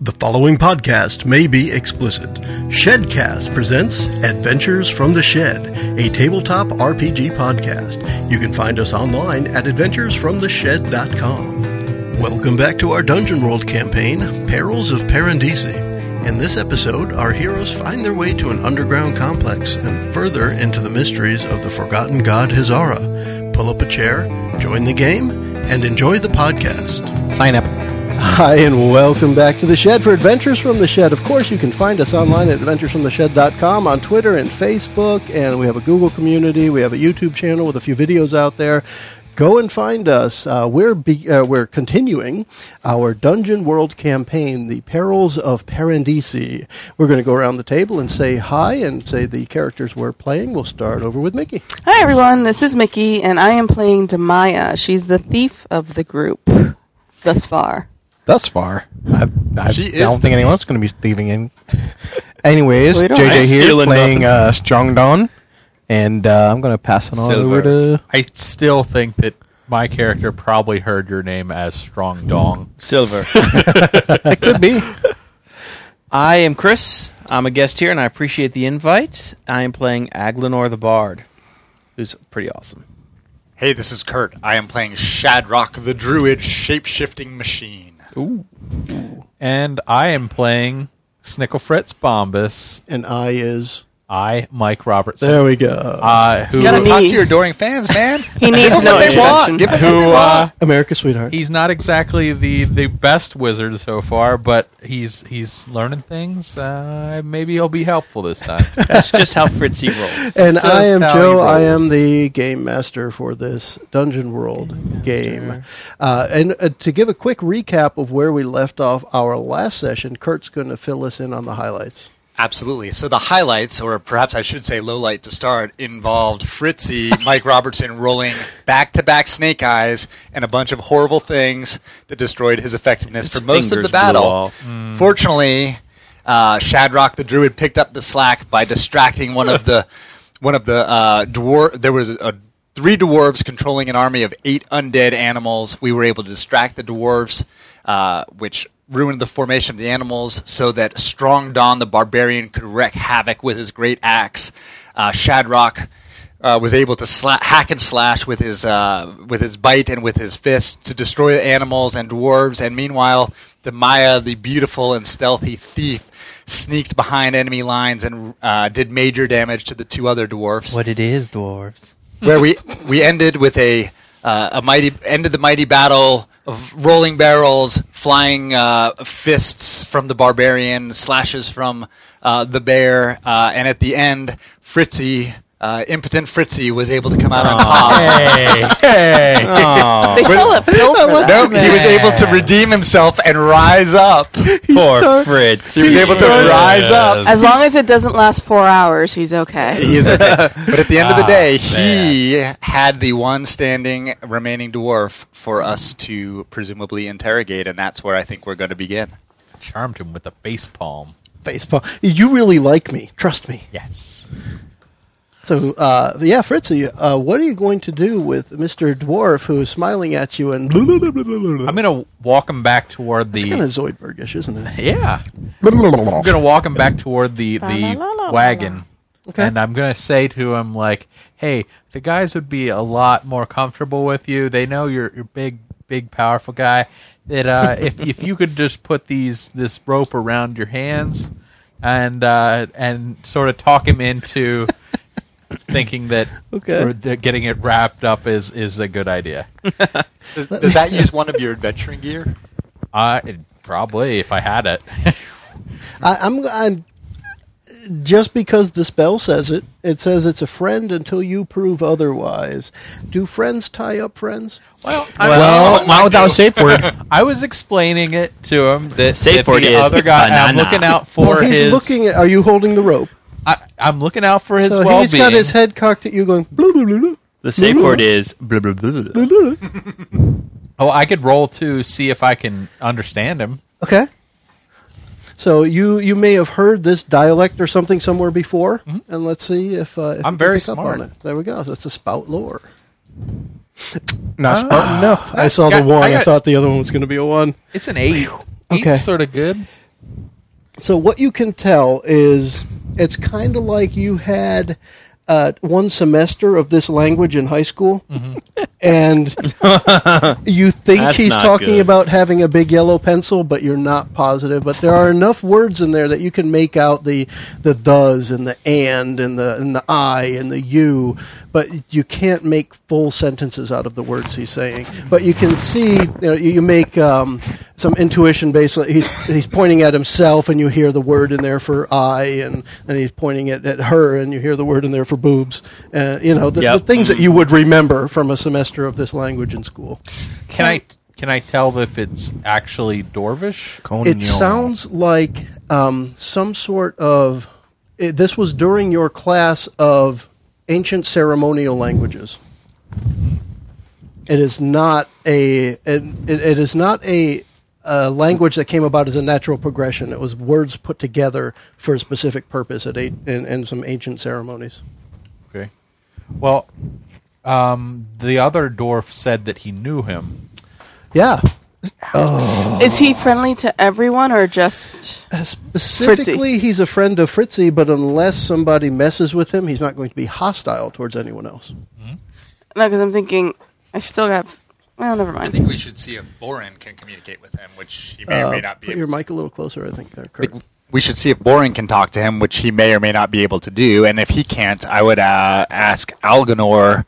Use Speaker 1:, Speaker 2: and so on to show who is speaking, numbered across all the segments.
Speaker 1: The following podcast may be explicit. Shedcast presents Adventures from the Shed, a tabletop RPG podcast. You can find us online at adventuresfromtheshed.com. Welcome back to our Dungeon World campaign, Perils of Parandisi. In this episode, our heroes find their way to an underground complex and further into the mysteries of the forgotten god Hizara. Pull up a chair, join the game, and enjoy the podcast.
Speaker 2: Sign up.
Speaker 1: Hi, and welcome back to The Shed for Adventures from the Shed. Of course, you can find us online at adventuresfromtheshed.com on Twitter and Facebook, and we have a Google community. We have a YouTube channel with a few videos out there. Go and find us. Uh, we're be- uh, we're continuing our Dungeon World campaign, The Perils of Parandisi. We're going to go around the table and say hi and say the characters we're playing. We'll start over with Mickey.
Speaker 3: Hi everyone, this is Mickey, and I am playing Demaya. She's the thief of the group thus far.
Speaker 2: Thus far, I, I
Speaker 4: She is
Speaker 2: don't think anyone's going to be thieving in. Anyways,
Speaker 3: We don't-
Speaker 2: JJ
Speaker 4: ain't
Speaker 2: here
Speaker 4: stealing
Speaker 2: playing
Speaker 4: nothing.
Speaker 2: uh, Strong Dawn, and uh, I'm going to pass it on over to.
Speaker 5: I still think that my character probably heard your name as Strong Dong.
Speaker 6: Silver.
Speaker 2: It could be.
Speaker 6: I am Chris. I'm a guest here, and I appreciate the invite. I am playing Aglinor the Bard, who's pretty awesome.
Speaker 4: Hey, this is Kurt. I am playing Shadrock the Druid Shapeshifting Machine.
Speaker 5: And I am playing Snickle Fritz Bombus.
Speaker 1: And I is.
Speaker 5: I, Mike Robertson.
Speaker 1: There we go.
Speaker 5: Uh, who,
Speaker 3: gotta talk to your
Speaker 4: adoring fans, man.
Speaker 3: He needs no introduction.
Speaker 5: who uh,
Speaker 1: America, sweetheart.
Speaker 5: he's not exactly the, the best wizard so far, but he's he's learning things. Uh, maybe he'll be helpful this time.
Speaker 6: That's just how Fritzy rolls.
Speaker 1: And
Speaker 5: It's
Speaker 1: I
Speaker 5: just
Speaker 1: am
Speaker 5: how
Speaker 1: Joe.
Speaker 5: he
Speaker 1: I
Speaker 5: rolls.
Speaker 1: am the game master for this Dungeon World game. Uh, and uh, to give a quick recap of where we left off our last session, Kurt's going to fill us in on the highlights.
Speaker 4: Absolutely. So the highlights, or perhaps I should say low light to start, involved Fritzy, Mike Robertson rolling back to back snake eyes and a bunch of horrible things that destroyed his effectiveness for most of
Speaker 6: fingers
Speaker 4: the
Speaker 6: blew
Speaker 4: battle.
Speaker 6: off.
Speaker 4: Fortunately, uh, Shadrock the Druid picked up the slack by distracting one of the one of the uh, dwarf. There was a three dwarves controlling an army of eight undead animals. We were able to distract the dwarves, uh, which ruined the formation of the animals so that Strong Don the Barbarian could wreak havoc with his great axe. Uh, Shadrock uh, was able to sla- hack and slash with his uh, with his bite and with his fist to destroy animals and dwarves. And meanwhile, Demaya, the beautiful and stealthy thief, sneaked behind enemy lines and uh, did major damage to the two other dwarfs.
Speaker 6: What it is, dwarves.
Speaker 4: Where we we ended with a uh, a mighty ended the mighty battle of rolling barrels, flying uh, fists from the barbarian, slashes from uh, the bear, uh, and at the end, Fritzy. Uh, impotent Fritzy was able to come out on top.
Speaker 5: hey, hey.
Speaker 3: They sell a pill for that.
Speaker 4: No, he was able to redeem himself and rise up. He
Speaker 6: Poor Fritz.
Speaker 4: was able to rise up.
Speaker 3: As long as it doesn't last four hours, he's okay.
Speaker 4: He is okay. But at the end of the day, he had the one standing remaining dwarf for us to presumably interrogate, and that's where I think we're going to begin.
Speaker 5: Charmed him with a face palm.
Speaker 1: Baseball. You really like me. Trust me.
Speaker 5: Yes.
Speaker 1: So, uh, yeah, Fritzy, uh, what are you going to do with Mr. Dwarf who is smiling at you and.
Speaker 5: I'm going to walk him back toward the.
Speaker 1: It's kind of Zoidbergish, isn't it?
Speaker 5: Yeah. I'm gonna walk him back toward the the wagon,
Speaker 1: Okay.
Speaker 5: and I'm gonna say to him like, "Hey, the guys would be a lot more comfortable with you. They know you're you're big, big, powerful guy. That uh, if if you could just put these this rope around your hands, and uh, and sort of talk him into." thinking that
Speaker 1: Okay.
Speaker 5: or that getting it wrapped up is is a good idea.
Speaker 4: Does, does that use one of your adventuring gear?
Speaker 5: I probably if I had it.
Speaker 1: I, I'm, I'm just because the spell says it. It says it's a friend until you prove otherwise. Do friends tie up friends?
Speaker 5: Well,
Speaker 2: Well, not without safe word.
Speaker 5: I was explaining it to him that, that
Speaker 6: Safe word
Speaker 5: the
Speaker 6: is
Speaker 5: other guy. I'm
Speaker 6: banana.
Speaker 5: looking out for
Speaker 1: well, he's
Speaker 5: his.
Speaker 1: looking. At, are you holding the rope?
Speaker 5: I, I'm looking out for his
Speaker 1: so
Speaker 5: well-being.
Speaker 1: he's got his head cocked at you, going. Blue, blue, blue, blue.
Speaker 6: The safe word is blah, blah, blah, blah.
Speaker 5: Oh, I could roll to see if I can understand him.
Speaker 1: Okay. So you you may have heard this dialect or something somewhere before, and let's see if, uh, if
Speaker 5: Mm-hmm. I'm
Speaker 1: you can
Speaker 5: very
Speaker 1: pick up
Speaker 5: smart.
Speaker 1: on it. There we go. That's a spout lore.
Speaker 2: Not Spartan, no.
Speaker 1: I saw
Speaker 5: got-
Speaker 1: the one.
Speaker 5: Ah. I
Speaker 1: I,
Speaker 5: got-
Speaker 1: thought the other one was going to be a one.
Speaker 5: It's an eight.
Speaker 1: Okay.
Speaker 5: Eight's sort of good.
Speaker 1: So what you can tell is it's kind of like you had uh, one semester of this language in high school, and you think
Speaker 6: That's
Speaker 1: he's
Speaker 6: not
Speaker 1: talking
Speaker 6: good.
Speaker 1: about having a big yellow pencil, but you're not positive. But there are enough words in there that you can make out the the does and the and and the and the I and the you, but you can't make full sentences out of the words he's saying. But you can see, you know, you you make um, some intuition based. on- He's he's pointing at himself, and you hear the word in there for I, and and he's pointing at, at her, and you hear the word in there for boobs. Uh, you know the, the
Speaker 6: Yep.
Speaker 1: things that you would remember from a semester of this language in school.
Speaker 5: Can I can I tell if it's actually Dorvish?
Speaker 1: It sounds like um, some sort of. It, this was during your class of ancient ceremonial languages. It is not a. It, it, it is not a. A language that came about as a natural progression. It was words put together for a specific purpose at eight, in, in some ancient ceremonies.
Speaker 5: Okay. Well, um, the other dwarf said that he knew him.
Speaker 1: Yeah,
Speaker 3: Is he friendly to everyone or just?
Speaker 1: Uh, specifically, he's a friend of Fritzy, but unless somebody messes with him, he's not going to be hostile towards anyone else.
Speaker 3: No, because I'm thinking I still have. Well, never
Speaker 4: I think
Speaker 3: mind.
Speaker 4: we should see if Boren can communicate with him, which he may or may not
Speaker 1: Uh,
Speaker 4: be.
Speaker 1: Put
Speaker 4: able
Speaker 1: your
Speaker 4: to.
Speaker 1: mic a little closer, I think. uh, There, Kurt.
Speaker 4: We should see if Boren can talk to him, which he may or may not be able to do. And if he can't, I would uh, ask Alganor,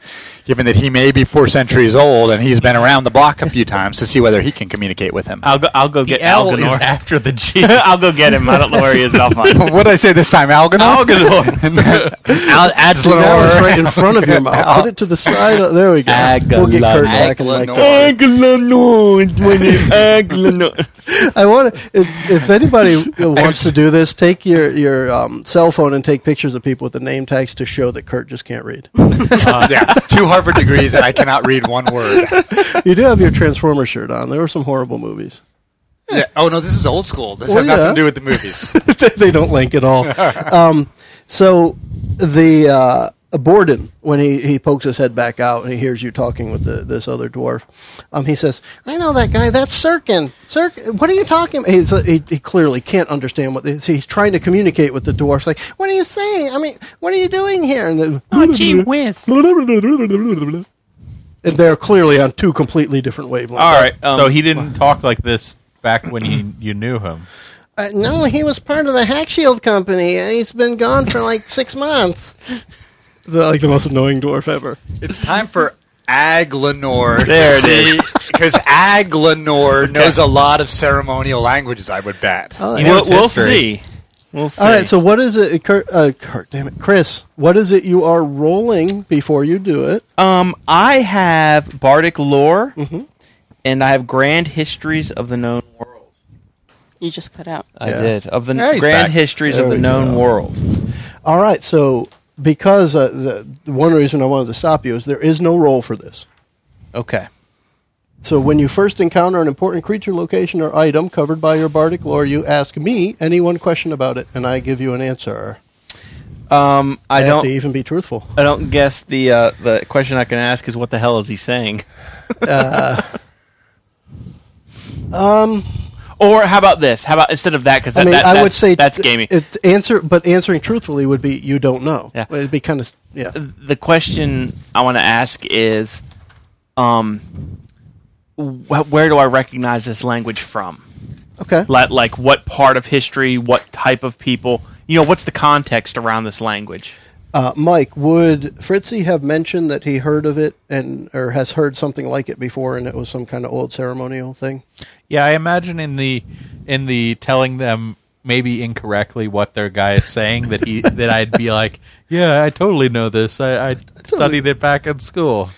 Speaker 4: given that he may be four centuries old and he's been around the block a few times, to see whether he can communicate with him.
Speaker 6: I'll go. I'll go get
Speaker 5: L is
Speaker 6: Alganor.
Speaker 5: after the G.
Speaker 6: I'll go get him. I don't know where he is. I'll find him.
Speaker 4: what did I say this time, Alganor? Alganor. Al-
Speaker 1: See, that was
Speaker 4: Adlanor.
Speaker 1: right in front of your mouth. Put it to the side. of- There we go. We'll get Kurt back and like that.
Speaker 6: Aglanor is my name. Aglanor.
Speaker 1: I want to. If, if anybody wants to do this, take your your um, cell phone and take pictures of people with the name tags to show that Kurt just can't read.
Speaker 4: yeah, two Harvard degrees and I cannot read one word.
Speaker 1: you do have your Transformer shirt on. There were some horrible movies.
Speaker 4: Yeah. Oh no, this is old school. This
Speaker 1: Well,
Speaker 4: has nothing
Speaker 1: yeah.
Speaker 4: to do with the movies.
Speaker 1: they they don't link at all. Um, so the uh, Borden, when he, he pokes his head back out and he hears you talking with the, this other dwarf, um, he says, "I know that guy. That's Sirkin. Sirkin, what are you talking?" About? He's, he, he clearly can't understand what this, he's trying to communicate with the dwarf. Like, what are you saying? I mean, what are you doing here? And the,
Speaker 7: Oh, gee whiz.
Speaker 1: and they're clearly on two completely different wavelengths.
Speaker 6: All right. Um,
Speaker 5: so he didn't talk like this back when you you knew him.
Speaker 1: Uh, no, he was part of the Hack Shield company, and he's been gone for like six months. The, like the most annoying dwarf ever.
Speaker 4: it's time for Aglanor.
Speaker 6: There it is.
Speaker 4: Because Aglanor knows a lot of ceremonial languages, I would bet.
Speaker 1: Oh,
Speaker 6: We'll,
Speaker 5: knows
Speaker 6: we'll
Speaker 5: history.
Speaker 6: see. We'll see.
Speaker 1: All right. So what is it, Kurt, uh, Kurt? Damn it, Chris. What is it you are rolling before you do it?
Speaker 6: Um, I have bardic lore,
Speaker 1: Mm-hmm.
Speaker 6: and I have grand histories of the known world.
Speaker 3: You just cut out.
Speaker 6: I
Speaker 1: Yeah.
Speaker 6: did of the
Speaker 4: There he's
Speaker 6: grand
Speaker 4: back.
Speaker 6: histories
Speaker 1: There
Speaker 6: of the
Speaker 1: we
Speaker 6: known
Speaker 1: go.
Speaker 6: world.
Speaker 1: All right. So because uh, the, the one reason I wanted to stop you is there is no roll for this.
Speaker 6: Okay.
Speaker 1: So when you first encounter an important creature, location, or item covered by your bardic lore, you ask me any one question about it, and I give you an answer.
Speaker 6: Um, I
Speaker 1: have to
Speaker 6: don't.
Speaker 1: even be truthful.
Speaker 6: I don't guess the uh, the question I can ask is what the hell is he saying?
Speaker 1: Uh,
Speaker 6: um, or how about this? How about instead of that? Because
Speaker 1: I mean, I would say
Speaker 6: that's
Speaker 1: th-
Speaker 6: gamey.
Speaker 1: It, answer, but answering truthfully would be you don't know.
Speaker 6: Yeah. Uh,
Speaker 1: It'd be kind of yeah.
Speaker 6: the question I want to ask is, um, wh- where do I recognize this language from?
Speaker 1: Okay.
Speaker 6: Like, like what part of history? What type of people? You know, what's the context around this language?
Speaker 1: Uh, Mike, would Fritzy have mentioned that he heard of it and or has heard something like it before, and it was some kind of old ceremonial thing?
Speaker 5: Yeah, I imagine in the in the telling them maybe incorrectly what their guy is saying that he that I'd be like, yeah, I totally know this. I, I studied it back in school.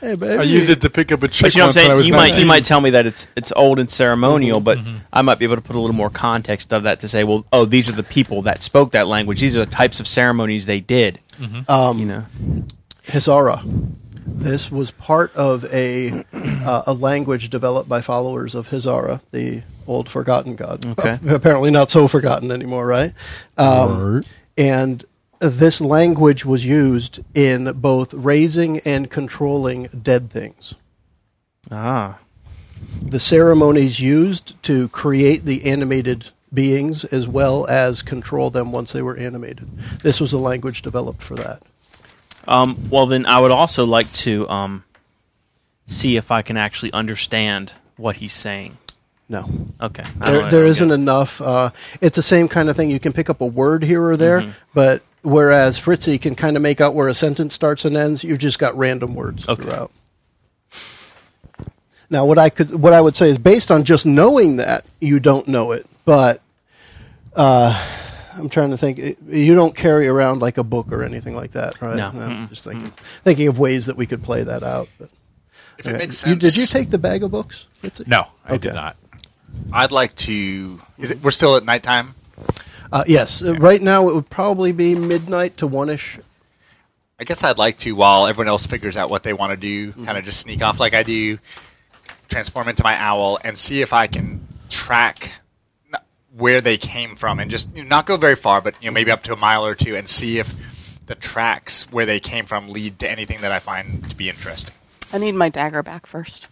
Speaker 1: Hey, baby.
Speaker 4: to pick up a chick
Speaker 6: But you know what I'm saying? You might, you might tell me that it's it's old and ceremonial, but
Speaker 5: Mm-hmm.
Speaker 6: I might be able to put a little more context of that to say, well, oh, these are the people that spoke that language. These are the types of ceremonies they did.
Speaker 1: um,
Speaker 5: Mm-hmm.
Speaker 6: You know,
Speaker 1: Hisara. This was part of a uh, a language developed by followers of Hisara, the old forgotten god.
Speaker 6: Okay.
Speaker 1: Ap- apparently not so forgotten anymore, right? Um, and this language was used in both raising and controlling dead things.
Speaker 6: ah,
Speaker 1: the ceremonies used to create the animated beings as well as control them once they were animated. This was a language developed for that.
Speaker 6: Um, well, then I would also like to um, see if I can actually understand what he's saying.
Speaker 1: No.
Speaker 6: Okay. I don't
Speaker 1: There,
Speaker 6: know.
Speaker 1: there isn't
Speaker 6: Yeah.
Speaker 1: enough. Uh, it's the same kind of thing. You can pick up a word here or there,
Speaker 6: Mm-hmm.
Speaker 1: but whereas Fritzy can kind of make out where a sentence starts and ends, you've just got random words
Speaker 6: Okay.
Speaker 1: throughout. Now, what I could, what I would say is based on just knowing that you don't know it, but uh, I'm trying to think. It- You don't carry around like a book or anything like that, right?
Speaker 6: No.
Speaker 1: I'm just thinking, thinking of ways that we could play that out. But,
Speaker 4: If it makes
Speaker 1: You-
Speaker 4: sense.
Speaker 1: did you take the bag of books? Fritzy?
Speaker 5: No, I
Speaker 1: Okay.
Speaker 5: did not.
Speaker 4: I'd like to. Is it? We're still at nighttime.
Speaker 1: Uh, yes. Uh, Right now, it would probably be midnight to one ish.
Speaker 4: I guess I'd like to, while everyone else figures out what they want to do,
Speaker 1: Mm-hmm.
Speaker 4: kind of just sneak off like I do, transform into my owl, and see if I can track n- where they came from, and just you know, not go very far, but you know maybe up to a mile or two, and see if the tracks where they came from lead to anything that I find to be interesting.
Speaker 3: I need my dagger back first.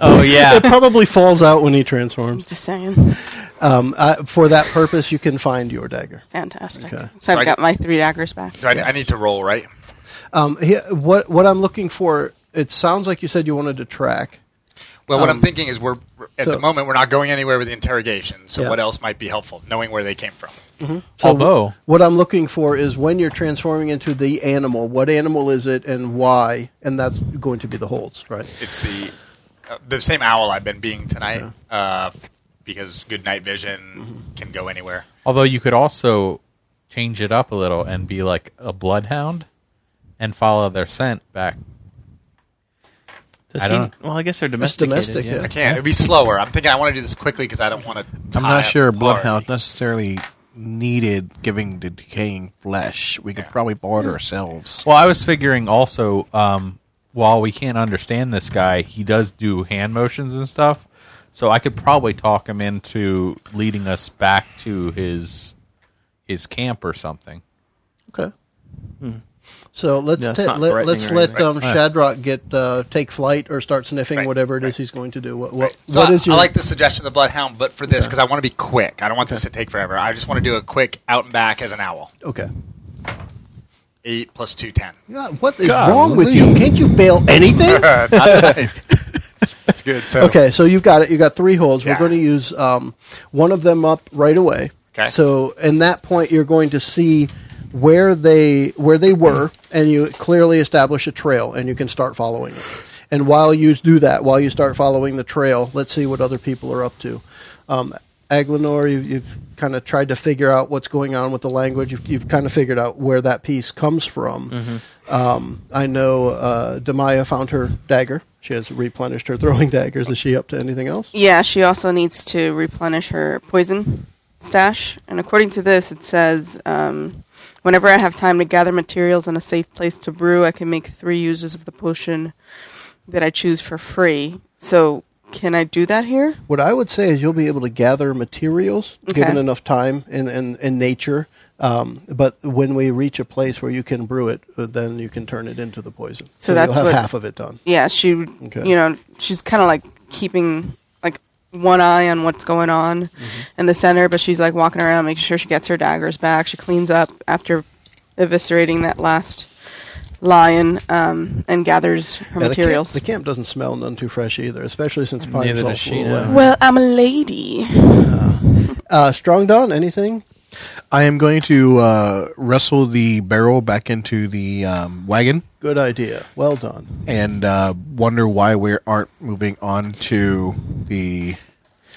Speaker 6: Oh yeah.
Speaker 1: It probably falls out when he transforms.
Speaker 3: Just saying.
Speaker 1: Um, uh, for that purpose, you can find your dagger.
Speaker 3: Fantastic.
Speaker 1: Okay.
Speaker 3: So,
Speaker 4: So
Speaker 3: I've
Speaker 4: I-
Speaker 3: got my three daggers back.
Speaker 4: So I, I need to roll, right?
Speaker 1: Um, he, what what I'm looking for? It sounds like you said you wanted to track.
Speaker 4: Well, what I'm thinking is we're
Speaker 1: Um,
Speaker 4: at
Speaker 1: so-
Speaker 4: the moment we're not going anywhere with the interrogation. So
Speaker 1: Yeah.
Speaker 4: what else might be helpful? Knowing where they came from.
Speaker 5: Although
Speaker 1: What I'm looking for is when you're transforming into the animal. What animal is it, and why? And that's going to be the holds, right?
Speaker 4: It's the uh, the same owl I've been being tonight uh, f- because good night vision can go anywhere.
Speaker 5: Although you could also change it up a little and be like a bloodhound and follow their scent back.
Speaker 6: Does
Speaker 5: I don't
Speaker 6: he- Well, I guess they're
Speaker 1: That's
Speaker 6: domesticated.
Speaker 1: domestic.
Speaker 6: yeah.
Speaker 1: Yeah.
Speaker 4: I can't. It'd be slower. I'm thinking I want to do this quickly because I don't want to.
Speaker 2: I'm not sure Bloodhound necessarily needed giving the decaying flesh. We could probably board ourselves.
Speaker 5: Well, I was figuring also, um, while we can't understand this guy, he does do hand motions and stuff. So I could probably talk him into leading us back to his his camp or something.
Speaker 1: Okay. So let's
Speaker 6: Yeah, it's
Speaker 1: ta-
Speaker 6: not
Speaker 1: let,
Speaker 6: threatening
Speaker 1: let's
Speaker 6: or
Speaker 1: let
Speaker 6: anything.
Speaker 1: um, Shadrock get uh, take flight or start sniffing
Speaker 4: Right,
Speaker 1: whatever it is he's going to do. What what,
Speaker 4: So
Speaker 1: what
Speaker 4: I,
Speaker 1: is your
Speaker 4: I like the suggestion of the bloodhound, but for this because I want to be quick. I don't want this to take forever. I just want to do a quick out and back as an owl.
Speaker 1: okay?
Speaker 4: Eight plus two, ten.
Speaker 1: God, what is wrong with you? Can't you bail anything?
Speaker 4: Uh, Not tonight. That's good. So
Speaker 1: okay, so you've got it. You got three holds.
Speaker 4: Yeah.
Speaker 1: We're going to use um, one of them up right away.
Speaker 4: Okay.
Speaker 1: So in that point, you're going to see where they where they were, and you clearly establish a trail, and you can start following it. And while you do that, while you start following the trail, let's see what other people are up to. Um, Aglinor, you, you've kind of tried to figure out what's going on with the language. You've, you've kind of figured out where that piece comes from.
Speaker 4: Mm-hmm.
Speaker 1: Um, I know uh, Demaya found her dagger. She has replenished her throwing daggers. Is she up to anything else?
Speaker 3: Yeah, she also needs to replenish her poison stash. And according to this, it says um, whenever I have time to gather materials in a safe place to brew, I can make three uses of the potion that I choose for free. So, can I do that here?
Speaker 1: What I would say is you'll be able to gather materials
Speaker 3: Okay.
Speaker 1: given enough time and in, in, in nature. Um, but when we reach a place where you can brew it, uh, then you can turn it into the poison.
Speaker 3: So that's
Speaker 1: you'll have
Speaker 3: what-
Speaker 1: half of it done.
Speaker 3: Yeah, she, would
Speaker 1: Okay.
Speaker 3: you know, she's kind of like keeping like one eye on what's going on
Speaker 1: Mm-hmm.
Speaker 3: in the center, but she's like walking around making sure she gets her daggers back. She cleans up after eviscerating that last lion um, and gathers her
Speaker 1: Yeah, the camp-
Speaker 3: materials.
Speaker 1: The camp, doesn't smell none too fresh either, especially since pine
Speaker 6: Neither
Speaker 1: salt
Speaker 6: does she,
Speaker 1: flew
Speaker 6: no.
Speaker 1: away.
Speaker 3: well, I'm a lady.
Speaker 1: Uh, Strong Don, anything?
Speaker 2: I am going to uh, wrestle the barrel back into the um, wagon
Speaker 1: Good idea. Well done.
Speaker 2: and uh, wonder why we aren't moving on to the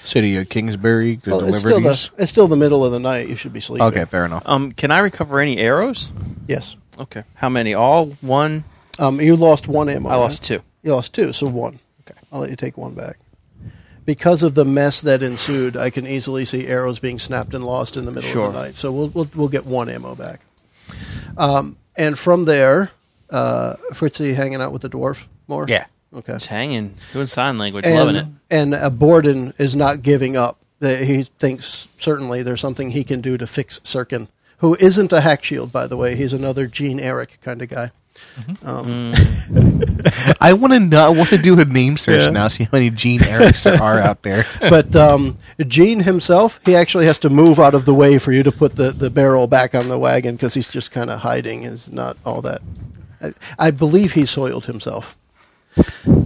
Speaker 2: city of Kingsbury to
Speaker 1: Well, it's,
Speaker 2: deliver
Speaker 1: still
Speaker 2: these.
Speaker 1: the, it's still the middle of the night. You should be sleeping.
Speaker 2: Okay, fair enough.
Speaker 6: Um, can I recover any arrows?
Speaker 1: Yes.
Speaker 6: Okay. How many? All one.
Speaker 1: Um, you lost one ammo.
Speaker 6: I lost
Speaker 1: right?
Speaker 6: two.
Speaker 1: You lost two, so one. Okay. I'll let you take one back. Because of the mess that ensued, I can easily see arrows being snapped and lost in the middle
Speaker 6: Sure.
Speaker 1: of the night. So we'll, we'll we'll get one ammo back. Um, and from there, uh, Fritzy hanging out with the dwarf more.
Speaker 5: Yeah.
Speaker 1: Okay.
Speaker 6: It's hanging, doing sign language,
Speaker 1: and,
Speaker 6: loving it.
Speaker 1: And uh, Borden is not giving up. That He thinks certainly there's something he can do to fix Sirkin, who isn't a hack shield, by the way. He's another Gene Eric kind of guy. Um,
Speaker 2: I want to know. I want to do a name search now. See how many Gene Erics there are out there.
Speaker 1: But um, Gene himself, he actually has to move out of the way for you to put the, the barrel back on the wagon because he's just kind of hiding. Is not all that. I, I believe he soiled himself. Um,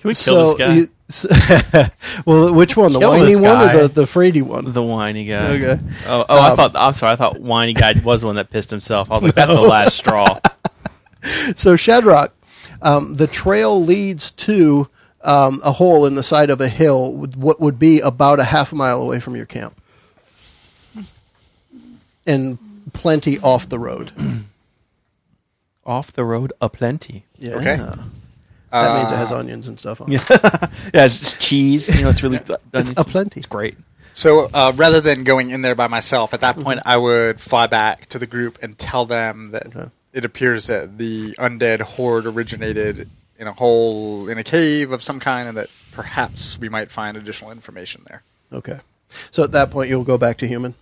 Speaker 7: Can we kill this guy?
Speaker 1: you- s- well, which one? The
Speaker 5: Kill
Speaker 1: whiny
Speaker 5: this
Speaker 1: one
Speaker 5: guy.
Speaker 1: or the, the fraidy one?
Speaker 6: The whiny guy.
Speaker 1: Okay.
Speaker 6: Oh, oh I
Speaker 1: Um,
Speaker 6: thought. I'm sorry. I thought whiny guy was the one that pissed himself. I was like, that's the last straw.
Speaker 1: So Shadrock, um, the trail leads to um, a hole in the side of a hill, with what would be about a half mile away from your camp, and plenty off the road.
Speaker 6: Off the road, a plenty.
Speaker 1: Yeah.
Speaker 4: Okay.
Speaker 1: That means it has onions and stuff on it.
Speaker 6: Yeah, it's just cheese. You know, it's really
Speaker 1: It's a plenty.
Speaker 6: It's great.
Speaker 4: So uh, Mm-hmm. rather than going in there by myself, at that point I would fly back to the group and tell them that it appears that the undead horde originated in a hole in a cave of some kind, and that perhaps we might find additional information there.
Speaker 1: Okay. So at that point, you'll go back to human.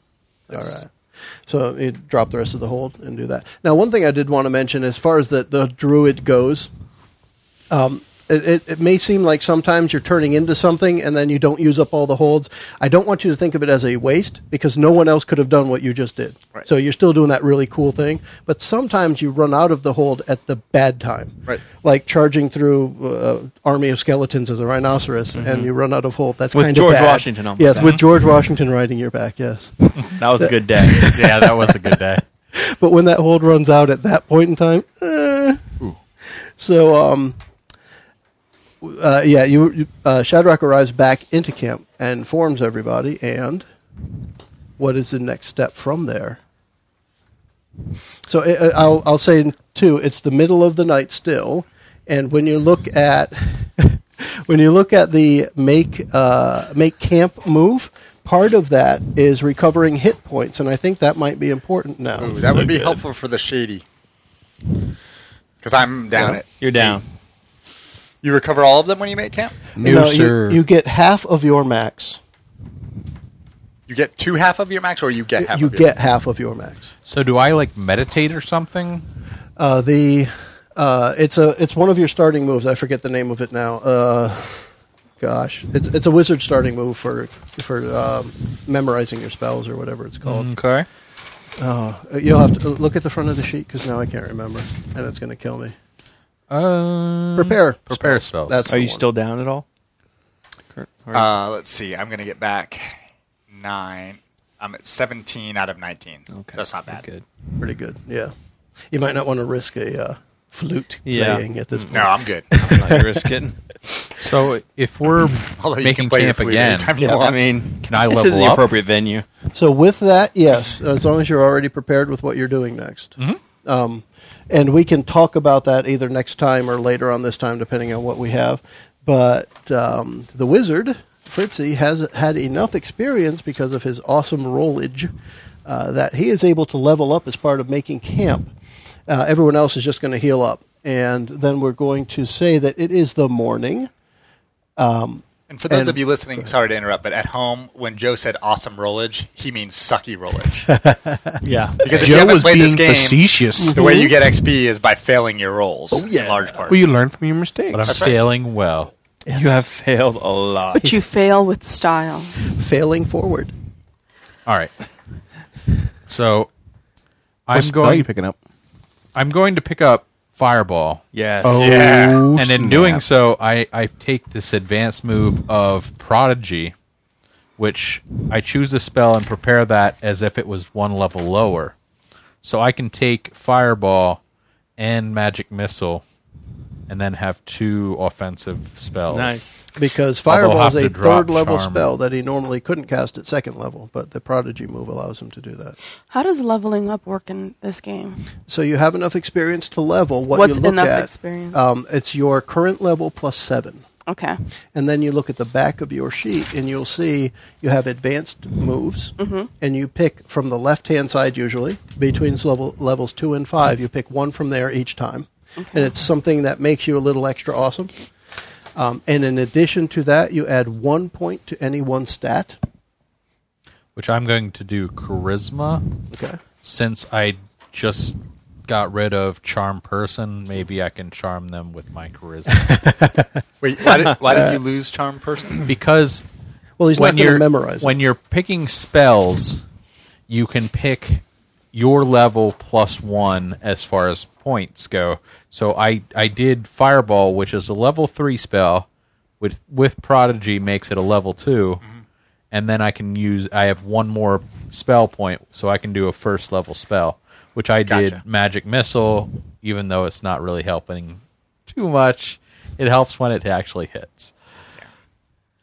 Speaker 4: Yes.
Speaker 1: All right. So you drop the rest of the hold and do that. Now, one thing I did want to mention, as far as the, the druid goes, um, it, it, it may seem like sometimes you're turning into something and then you don't use up all the holds. I don't want you to think of it as a waste because no one else could have done what you just did.
Speaker 4: Right.
Speaker 1: So you're still doing that really cool thing, but sometimes you run out of the hold at the bad time.
Speaker 4: Right.
Speaker 1: Like charging through uh, army of skeletons as a rhinoceros
Speaker 4: Mm-hmm.
Speaker 1: and you run out of hold. That's
Speaker 6: With
Speaker 1: kind
Speaker 6: George
Speaker 1: of bad.
Speaker 6: Washington on my
Speaker 1: Yes,
Speaker 6: back.
Speaker 1: with George Washington riding your back. Yes,
Speaker 6: That was a good day.
Speaker 5: yeah, that was a good day.
Speaker 1: but when that hold runs out at that point in time, eh. so um, uh, yeah, you you- uh, Shadrach arrives back into camp and forms everybody. And what is the next step from there? So i I- I'll I'll say too, it's the middle of the night still, and when you look at when you look at the make uh, make camp move, part of that is recovering hit points, and I think that might be important now.
Speaker 4: Ooh, that would be
Speaker 7: good.
Speaker 4: helpful for the shady, because I'm down it.
Speaker 6: You're down.
Speaker 4: You recover all of them when you make camp.
Speaker 2: No,
Speaker 1: no,
Speaker 2: sir.
Speaker 1: You, you get half of your max.
Speaker 4: You get two half of your max, or you get half.
Speaker 1: you
Speaker 4: of your
Speaker 1: get half of your max.
Speaker 5: So do I like meditate or something?
Speaker 1: Uh, the uh, it's a it's one of your starting moves. I forget the name of it now. Uh, gosh, it's it's a wizard starting move for for um, memorizing your spells or whatever it's called.
Speaker 5: Okay.
Speaker 1: Uh, You'll have to uh, look at the front of the sheet because now I can't remember, and it's going to kill me.
Speaker 5: Um,
Speaker 1: Prepare,
Speaker 5: prepare spells.
Speaker 1: That's
Speaker 6: Are
Speaker 1: the
Speaker 6: you
Speaker 1: one.
Speaker 6: still down at all? Kurt? Or-
Speaker 4: Uh, let's see. I'm gonna get back nine. I'm at 17 out of 19. Okay, that's not bad.
Speaker 6: good.
Speaker 1: pretty good? Yeah, you might not want to risk a uh, flute
Speaker 6: Yeah.
Speaker 1: playing at this point.
Speaker 4: No, I'm good.
Speaker 6: I'm not gonna risk it.
Speaker 5: so if we're
Speaker 4: Although you
Speaker 5: making
Speaker 4: can play your
Speaker 5: camp
Speaker 4: flute
Speaker 5: again,
Speaker 4: anytime you
Speaker 1: Yeah,
Speaker 4: want.
Speaker 6: I mean,
Speaker 5: Can I
Speaker 6: this
Speaker 5: level
Speaker 6: is the
Speaker 5: up?
Speaker 6: appropriate venue.
Speaker 1: So with that, yes, as long as you're already prepared with what you're doing next. Um, and we can talk about that either next time or later on this time, depending on what we have. But um, the wizard, Fritzy, has had enough experience because of his awesome rollage uh, that he is able to level up as part of making camp. Uh, everyone else is just going to heal up. And then we're going to say that it is the morning.
Speaker 4: and for those
Speaker 1: and-
Speaker 4: of you listening, sorry to interrupt, but at home, when Joe said awesome rollage, he means sucky rollage.
Speaker 6: Yeah.
Speaker 4: Because if you
Speaker 2: Joe
Speaker 4: haven't
Speaker 2: was
Speaker 4: played
Speaker 2: being
Speaker 4: this game,
Speaker 2: facetious.
Speaker 4: the way you get XP is by failing your rolls in large part.
Speaker 2: Well, you learn from your mistakes.
Speaker 5: but I'm
Speaker 4: That's right.
Speaker 5: failing well.
Speaker 6: You have failed a lot.
Speaker 3: But you fail with style.
Speaker 1: Failing forward.
Speaker 5: All right. So
Speaker 2: What
Speaker 5: I'm
Speaker 2: spell you
Speaker 5: going.
Speaker 2: picking up.
Speaker 5: I'm going to pick up fireball,
Speaker 6: Yes.
Speaker 4: yeah.
Speaker 2: Oh,
Speaker 5: and in
Speaker 2: snap.
Speaker 5: doing so, I I take this advanced move of prodigy, which I choose a spell and prepare that as if it was one level lower, so I can take fireball and magic missile, and then have two offensive spells.
Speaker 6: Nice.
Speaker 1: because
Speaker 5: Although I'll
Speaker 1: fireball is
Speaker 5: have
Speaker 1: a
Speaker 5: to drop
Speaker 1: third level
Speaker 5: Charm.
Speaker 1: spell that he normally couldn't cast at second level, but the prodigy move allows him to do that.
Speaker 3: How does leveling up work in this game?
Speaker 1: So you have enough experience to level what
Speaker 3: What's
Speaker 1: you look
Speaker 3: enough
Speaker 1: at.
Speaker 3: experience?
Speaker 1: Um, it's your current level plus seven,
Speaker 3: Okay.
Speaker 1: and then you look at the back of your sheet, and you'll see you have advanced moves, and you pick from the left hand side usually between level levels two and five. You pick one from there each time, and it's something that makes you a little extra awesome. Um, and in addition to that, you add one point to any one stat.
Speaker 5: Which I'm going to do charisma
Speaker 1: Okay.
Speaker 5: since I just got rid of charm person, maybe I can charm them with my charisma.
Speaker 4: Wait, why did, why did you lose charm person?
Speaker 5: because
Speaker 1: Well, he's
Speaker 5: when
Speaker 1: not going
Speaker 5: you're
Speaker 1: to memorize it.
Speaker 5: when you're picking spells, you can pick your level plus one as far as points go. So I I did fireball, which is a level three spell, with with prodigy makes it a level 2
Speaker 4: Mm-hmm.
Speaker 5: and then I can use I have one more spell point, so I can do a first level spell, which I
Speaker 4: Gotcha.
Speaker 5: did magic missile, even though it's not really helping too much. It helps when it actually hits.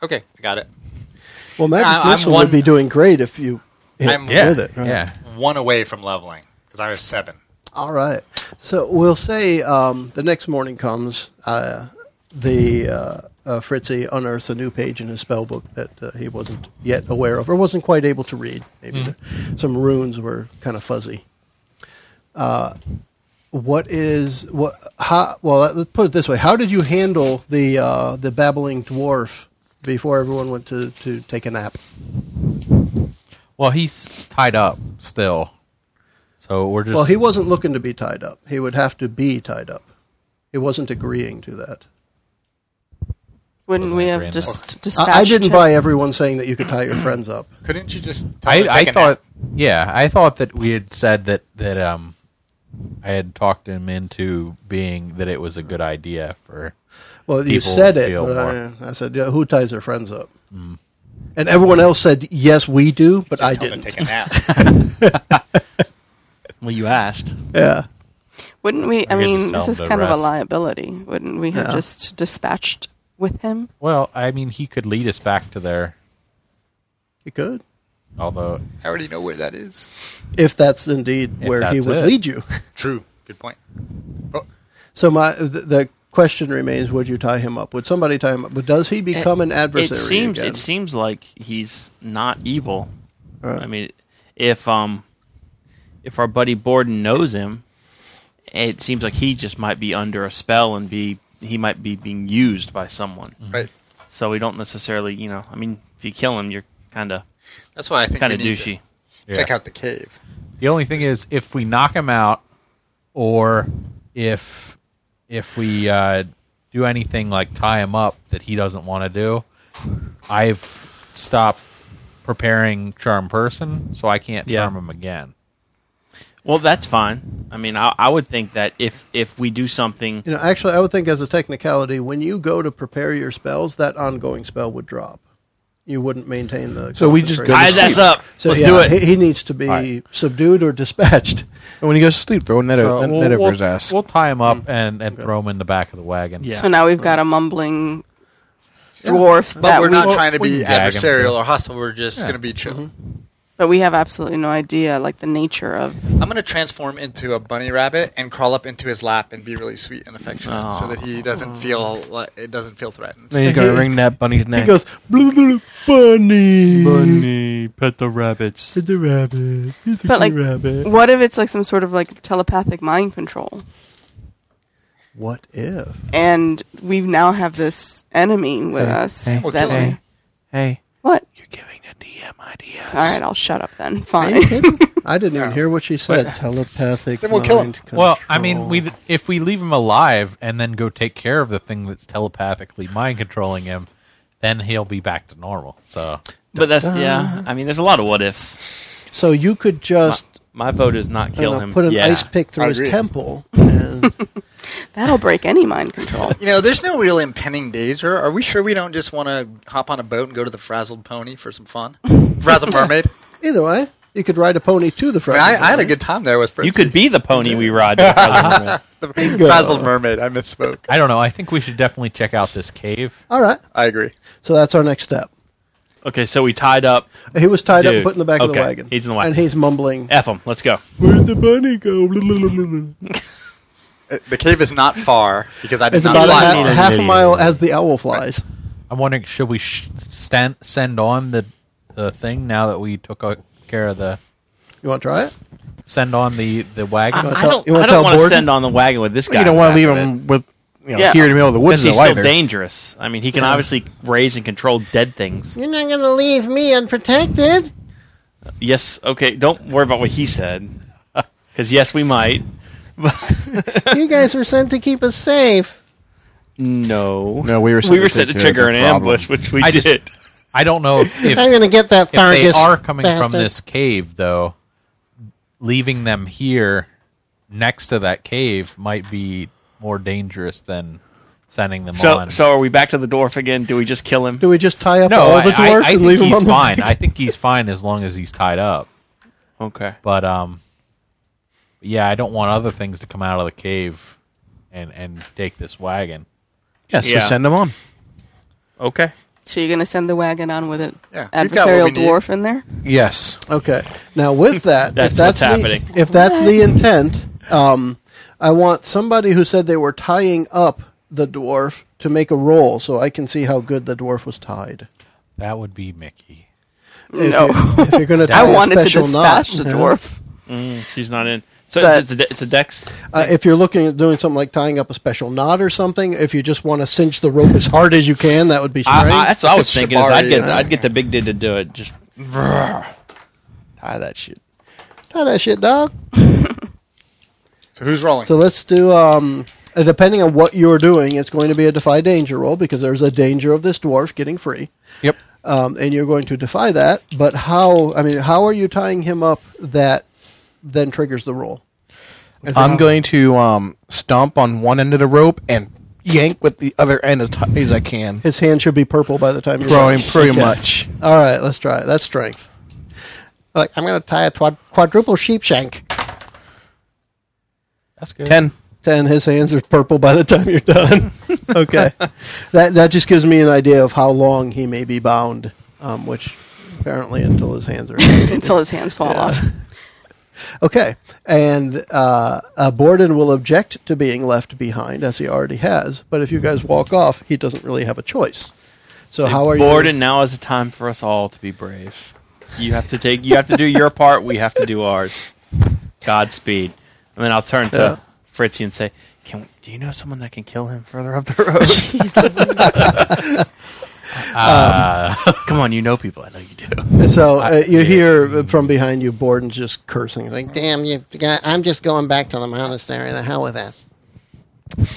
Speaker 4: Okay, I got it.
Speaker 1: Well, Magic
Speaker 4: I- I'm
Speaker 1: Missile
Speaker 4: one-
Speaker 1: would be doing great if you hit
Speaker 4: I'm-
Speaker 1: with
Speaker 4: Yeah,
Speaker 1: it. right?
Speaker 5: Yeah.
Speaker 4: One away from leveling because I have seven.
Speaker 1: All right. So we'll say um, the next morning comes. Uh, the uh, uh, Fritzy unearths a new page in his spell book that uh, he wasn't yet aware of or wasn't quite able to read. Maybe the- some runes were kind of fuzzy. Uh, what is what? How, well, let's put it this way: How did you handle the uh, the babbling dwarf before everyone went to, to take a nap?
Speaker 5: Well, he's tied up still, so we're just.
Speaker 1: Well, he wasn't looking to be tied up. He would have to be tied up. He wasn't agreeing to that.
Speaker 3: Wouldn't we
Speaker 5: agree on that.
Speaker 3: have just dispatched
Speaker 1: I, I didn't
Speaker 3: him?
Speaker 1: buy everyone saying that you could tie your friends up.
Speaker 4: Couldn't you just? tell
Speaker 5: I,
Speaker 4: him to
Speaker 5: I
Speaker 4: take a
Speaker 5: thought,
Speaker 4: nap?
Speaker 5: yeah, I thought that we had said that that um, I had talked him into being that it was a good idea for.
Speaker 1: Well, you
Speaker 5: People
Speaker 1: said it.
Speaker 5: feel
Speaker 1: But I,
Speaker 5: more- Mm.
Speaker 1: I said, yeah, "Who ties their friends up?" And everyone else said, "Yes, we do," but I
Speaker 4: Tell him
Speaker 1: didn't.
Speaker 4: to take a nap.
Speaker 6: Well, you asked.
Speaker 1: yeah.
Speaker 3: Wouldn't we? I
Speaker 5: could just
Speaker 3: mean,
Speaker 5: tell
Speaker 3: this
Speaker 5: him
Speaker 3: is
Speaker 5: to
Speaker 3: kind of a
Speaker 5: rest.
Speaker 3: liability. Wouldn't we have
Speaker 1: Yeah.
Speaker 3: just dispatched with him?
Speaker 5: Well, I mean, he could lead us back to there,
Speaker 1: You could,
Speaker 5: although
Speaker 4: I already know where that is.
Speaker 1: if that's indeed
Speaker 5: If
Speaker 1: where he
Speaker 5: that's
Speaker 1: would
Speaker 5: it.
Speaker 1: lead you.
Speaker 4: True. Good point. Oh,
Speaker 1: So my the, the question remains: Would you tie him up? Would somebody tie him up? But does he become an adversary?
Speaker 6: Eh, It seems
Speaker 1: again?
Speaker 6: it seems like he's not evil.
Speaker 1: Right.
Speaker 6: I mean, if um, if our buddy Borden knows him, it seems like he just might be under a spell and be he might be being used by someone.
Speaker 4: right.
Speaker 6: So we don't necessarily, you know, I mean, if you kill him, you're kind of
Speaker 4: That's why I think
Speaker 6: kind
Speaker 4: we
Speaker 6: of
Speaker 4: need to
Speaker 6: douchey.
Speaker 4: Check
Speaker 5: Yeah.
Speaker 4: out the cave.
Speaker 5: The only thing is if we knock him out, or if if we uh, do anything like tie him up that he doesn't want to do, I've stopped preparing charm person, so I can't
Speaker 6: Yeah.
Speaker 5: charm him again.
Speaker 6: Well, that's fine. I mean, I, I would think that if if we do something,
Speaker 1: You know, actually, I would think as a technicality, when you go to prepare your spells, that ongoing spell would drop. You wouldn't maintain the.
Speaker 2: So we just go to
Speaker 1: concentration.
Speaker 6: tie his ass up.
Speaker 1: So
Speaker 6: Let's
Speaker 1: yeah,
Speaker 6: do it.
Speaker 1: He, he needs to be subdued or dispatched.
Speaker 2: And when he goes to sleep, throw a net,
Speaker 5: So
Speaker 2: net,
Speaker 5: we'll,
Speaker 2: net over
Speaker 5: we'll- Mm.
Speaker 2: his ass.
Speaker 5: we'll tie him up and, and throw him in the back of the wagon.
Speaker 6: Yeah.
Speaker 3: So now we've got a mumbling dwarf
Speaker 4: But
Speaker 3: that
Speaker 4: we're
Speaker 3: we,
Speaker 4: not trying to
Speaker 5: we
Speaker 4: be
Speaker 5: can gag him.
Speaker 4: adversarial or hostile. We're just
Speaker 5: Yeah.
Speaker 4: going to be chill.
Speaker 3: but we have absolutely no idea like the nature of.
Speaker 4: I'm going to transform into a bunny rabbit and crawl up into his lap and be really sweet and affectionate so that he doesn't feel li- it doesn't feel threatened.
Speaker 2: then he's going to wring that bunny's neck.
Speaker 1: He goes, blue little bunny.
Speaker 6: Bunny, pet the rabbits.
Speaker 1: He's a rabbit. He's a
Speaker 3: But like,
Speaker 1: good rabbit.
Speaker 3: what if it's like some sort of like telepathic mind control,
Speaker 1: What if?
Speaker 3: and we now have this enemy with us?
Speaker 2: hey,
Speaker 4: We'll
Speaker 3: that
Speaker 4: kill
Speaker 3: we-
Speaker 4: him.
Speaker 2: hey,
Speaker 3: What?
Speaker 2: you're giving the DM ideas.
Speaker 3: All right, I'll shut up then.
Speaker 1: Are you
Speaker 3: Fine.
Speaker 1: kidding? I didn't even hear what she said. Telepathic.
Speaker 4: Then we'll kill him.
Speaker 1: mind
Speaker 5: Well, I
Speaker 1: control.
Speaker 5: mean, we if we leave him alive and then go take care of the thing that's telepathically mind controlling him, then he'll be back to normal. So
Speaker 6: But that's
Speaker 1: Uh-huh.
Speaker 6: yeah. I mean, there's a lot of what ifs.
Speaker 1: So you could
Speaker 6: My,
Speaker 1: just
Speaker 6: my vote is
Speaker 1: I
Speaker 6: not
Speaker 1: don't
Speaker 6: kill
Speaker 1: know,
Speaker 6: him.
Speaker 1: put an
Speaker 6: yeah.
Speaker 1: ice pick through
Speaker 4: I
Speaker 1: his
Speaker 4: agree.
Speaker 1: temple. And
Speaker 3: That'll break any mind control.
Speaker 4: You know, there's no real impending danger. Are we sure we don't just want to hop on a boat and go to the Frazzled Pony for some fun? Frazzled Mermaid.
Speaker 1: either way, you could ride a pony to the
Speaker 4: I,
Speaker 1: front.
Speaker 4: mean, I, I had a good time there with Fritz.
Speaker 6: You could be the pony we ride. with, brother.
Speaker 4: the Frazzled Mermaid. I misspoke.
Speaker 5: I don't know. I think we should definitely check out this cave.
Speaker 1: All right.
Speaker 4: I agree.
Speaker 1: So that's our next step.
Speaker 6: okay, so we tied up.
Speaker 1: He was tied up and
Speaker 6: Dude,
Speaker 1: put in the back of the
Speaker 6: okay,
Speaker 1: wagon.
Speaker 6: he's in the wagon.
Speaker 1: And he's mumbling.
Speaker 6: F him. Let's go.
Speaker 1: Where'd the bunny go? Blah, blah, blah, blah, blah.
Speaker 4: Uh, The cave is not far because I did
Speaker 1: It's
Speaker 4: not
Speaker 1: about a
Speaker 4: fly.
Speaker 1: ha- half a mile as the owl flies.
Speaker 5: I'm wondering, should we sh- stand, send on the the thing now that we took o- care of the
Speaker 1: You want to try it?
Speaker 5: send on the the wagon?
Speaker 1: wanna
Speaker 6: I
Speaker 1: tell-
Speaker 6: don't.
Speaker 1: you wanna
Speaker 6: I
Speaker 1: tell
Speaker 6: don't want to
Speaker 1: Borden?
Speaker 6: send on the wagon with this guy.
Speaker 2: You don't want to leave
Speaker 6: on top of it.
Speaker 2: him with, you know,
Speaker 3: Yeah.
Speaker 2: here in the middle of the woods
Speaker 6: Because he's
Speaker 2: though,
Speaker 6: still
Speaker 2: either.
Speaker 6: dangerous. I mean, he can obviously raise and control dead things.
Speaker 1: You're not going to leave me unprotected.
Speaker 6: Yes. Okay. Don't worry about what he said. Because yes, we might.
Speaker 1: you guys were sent to keep us safe.
Speaker 6: No.
Speaker 2: No, we were
Speaker 6: We were set to trigger an ambush, which we
Speaker 5: I
Speaker 6: did.
Speaker 5: just- I don't know if, if,
Speaker 1: I'm
Speaker 5: if
Speaker 1: going to get that Thargis.
Speaker 5: they are coming
Speaker 1: bastard.
Speaker 5: from this cave, though. Leaving them here next to that cave might be more dangerous than sending them
Speaker 6: So,
Speaker 5: on.
Speaker 6: so are we back to the dwarf again? Do we just kill him?
Speaker 1: Do we just tie up
Speaker 5: no,
Speaker 1: all
Speaker 5: I,
Speaker 1: the
Speaker 5: I-
Speaker 1: dwarfs
Speaker 5: I
Speaker 1: and
Speaker 5: think
Speaker 1: leave them
Speaker 5: he's
Speaker 1: on the
Speaker 5: fine. I think he's fine as long as he's tied up.
Speaker 6: Okay.
Speaker 5: But um, yeah, I don't want other things to come out of the cave and and take this wagon.
Speaker 2: Yes, yeah, so
Speaker 6: Yeah.
Speaker 2: send them on.
Speaker 6: Okay.
Speaker 3: So you're gonna send the wagon on with an
Speaker 4: Yeah, we've got
Speaker 3: adversarial
Speaker 4: what we need.
Speaker 3: dwarf in there?
Speaker 2: Yes.
Speaker 1: Okay. Now, with that,
Speaker 6: That's
Speaker 1: if that's
Speaker 6: what's
Speaker 1: the,
Speaker 6: happening.
Speaker 1: If that's the intent, um, I want somebody who said they were tying up the dwarf to make a roll, so I can see how good the dwarf was tied.
Speaker 5: That would be Mickey.
Speaker 1: If
Speaker 3: No.
Speaker 1: you- if you're going to, tie
Speaker 3: I
Speaker 1: a
Speaker 3: wanted to
Speaker 1: special knot,
Speaker 3: dispatch the
Speaker 1: yeah.
Speaker 3: dwarf.
Speaker 6: She's not in. So
Speaker 3: But-
Speaker 6: it's, it's, a, de- it's a dex.
Speaker 1: Uh, if you're looking at doing something like tying up a special knot or something, if you just want to cinch the rope as hard as you can, that would be
Speaker 6: I,
Speaker 1: strength.
Speaker 6: I, that's what I was
Speaker 4: It's
Speaker 6: thinking. Is I'd get
Speaker 4: Shibari's.
Speaker 6: I'd get the big dude to do it. Just tie that shit.
Speaker 1: Tie that shit, dog.
Speaker 4: So who's rolling?
Speaker 1: So let's do. Um, uh, depending on what you're doing, it's going to be a defy danger roll because there's a danger of this dwarf getting free,
Speaker 5: Yep.
Speaker 1: um, and you're going to defy that. But how? I mean, how are you tying him up that then triggers the roll?
Speaker 2: I'm going to um, stomp on one end of the rope and yank with the other end as tight as I can.
Speaker 1: His hand should be purple by the time you're
Speaker 2: Throwing
Speaker 1: done.
Speaker 2: pretty
Speaker 1: Okay.
Speaker 2: much.
Speaker 1: All right, let's try it. That's strength. Like I'm going to tie a twad- quadruple sheep shank.
Speaker 5: That's good.
Speaker 2: Ten.
Speaker 1: Ten. His hands are purple by the time you're done. okay, that that just gives me an idea of how long he may be bound, um, which apparently until his hands are.
Speaker 3: until his hands fall off.
Speaker 1: okay, and uh, uh, Borden will object to being left behind as he already has. But if you guys walk off, he doesn't really have a choice. So how are
Speaker 6: bored
Speaker 1: you?
Speaker 6: and now is the time for us all to be brave. You have to take. You have to do your part. We have to do ours. Godspeed. And then I'll turn to
Speaker 1: Yeah.
Speaker 6: Fritzy and say, "Can do you know someone that can kill him further up the road? Come on, you know people. I know you do.
Speaker 1: So uh, you hear from behind you, Borden's just cursing, like, "Damn you! I'm just going back to the monastery. The hell with this."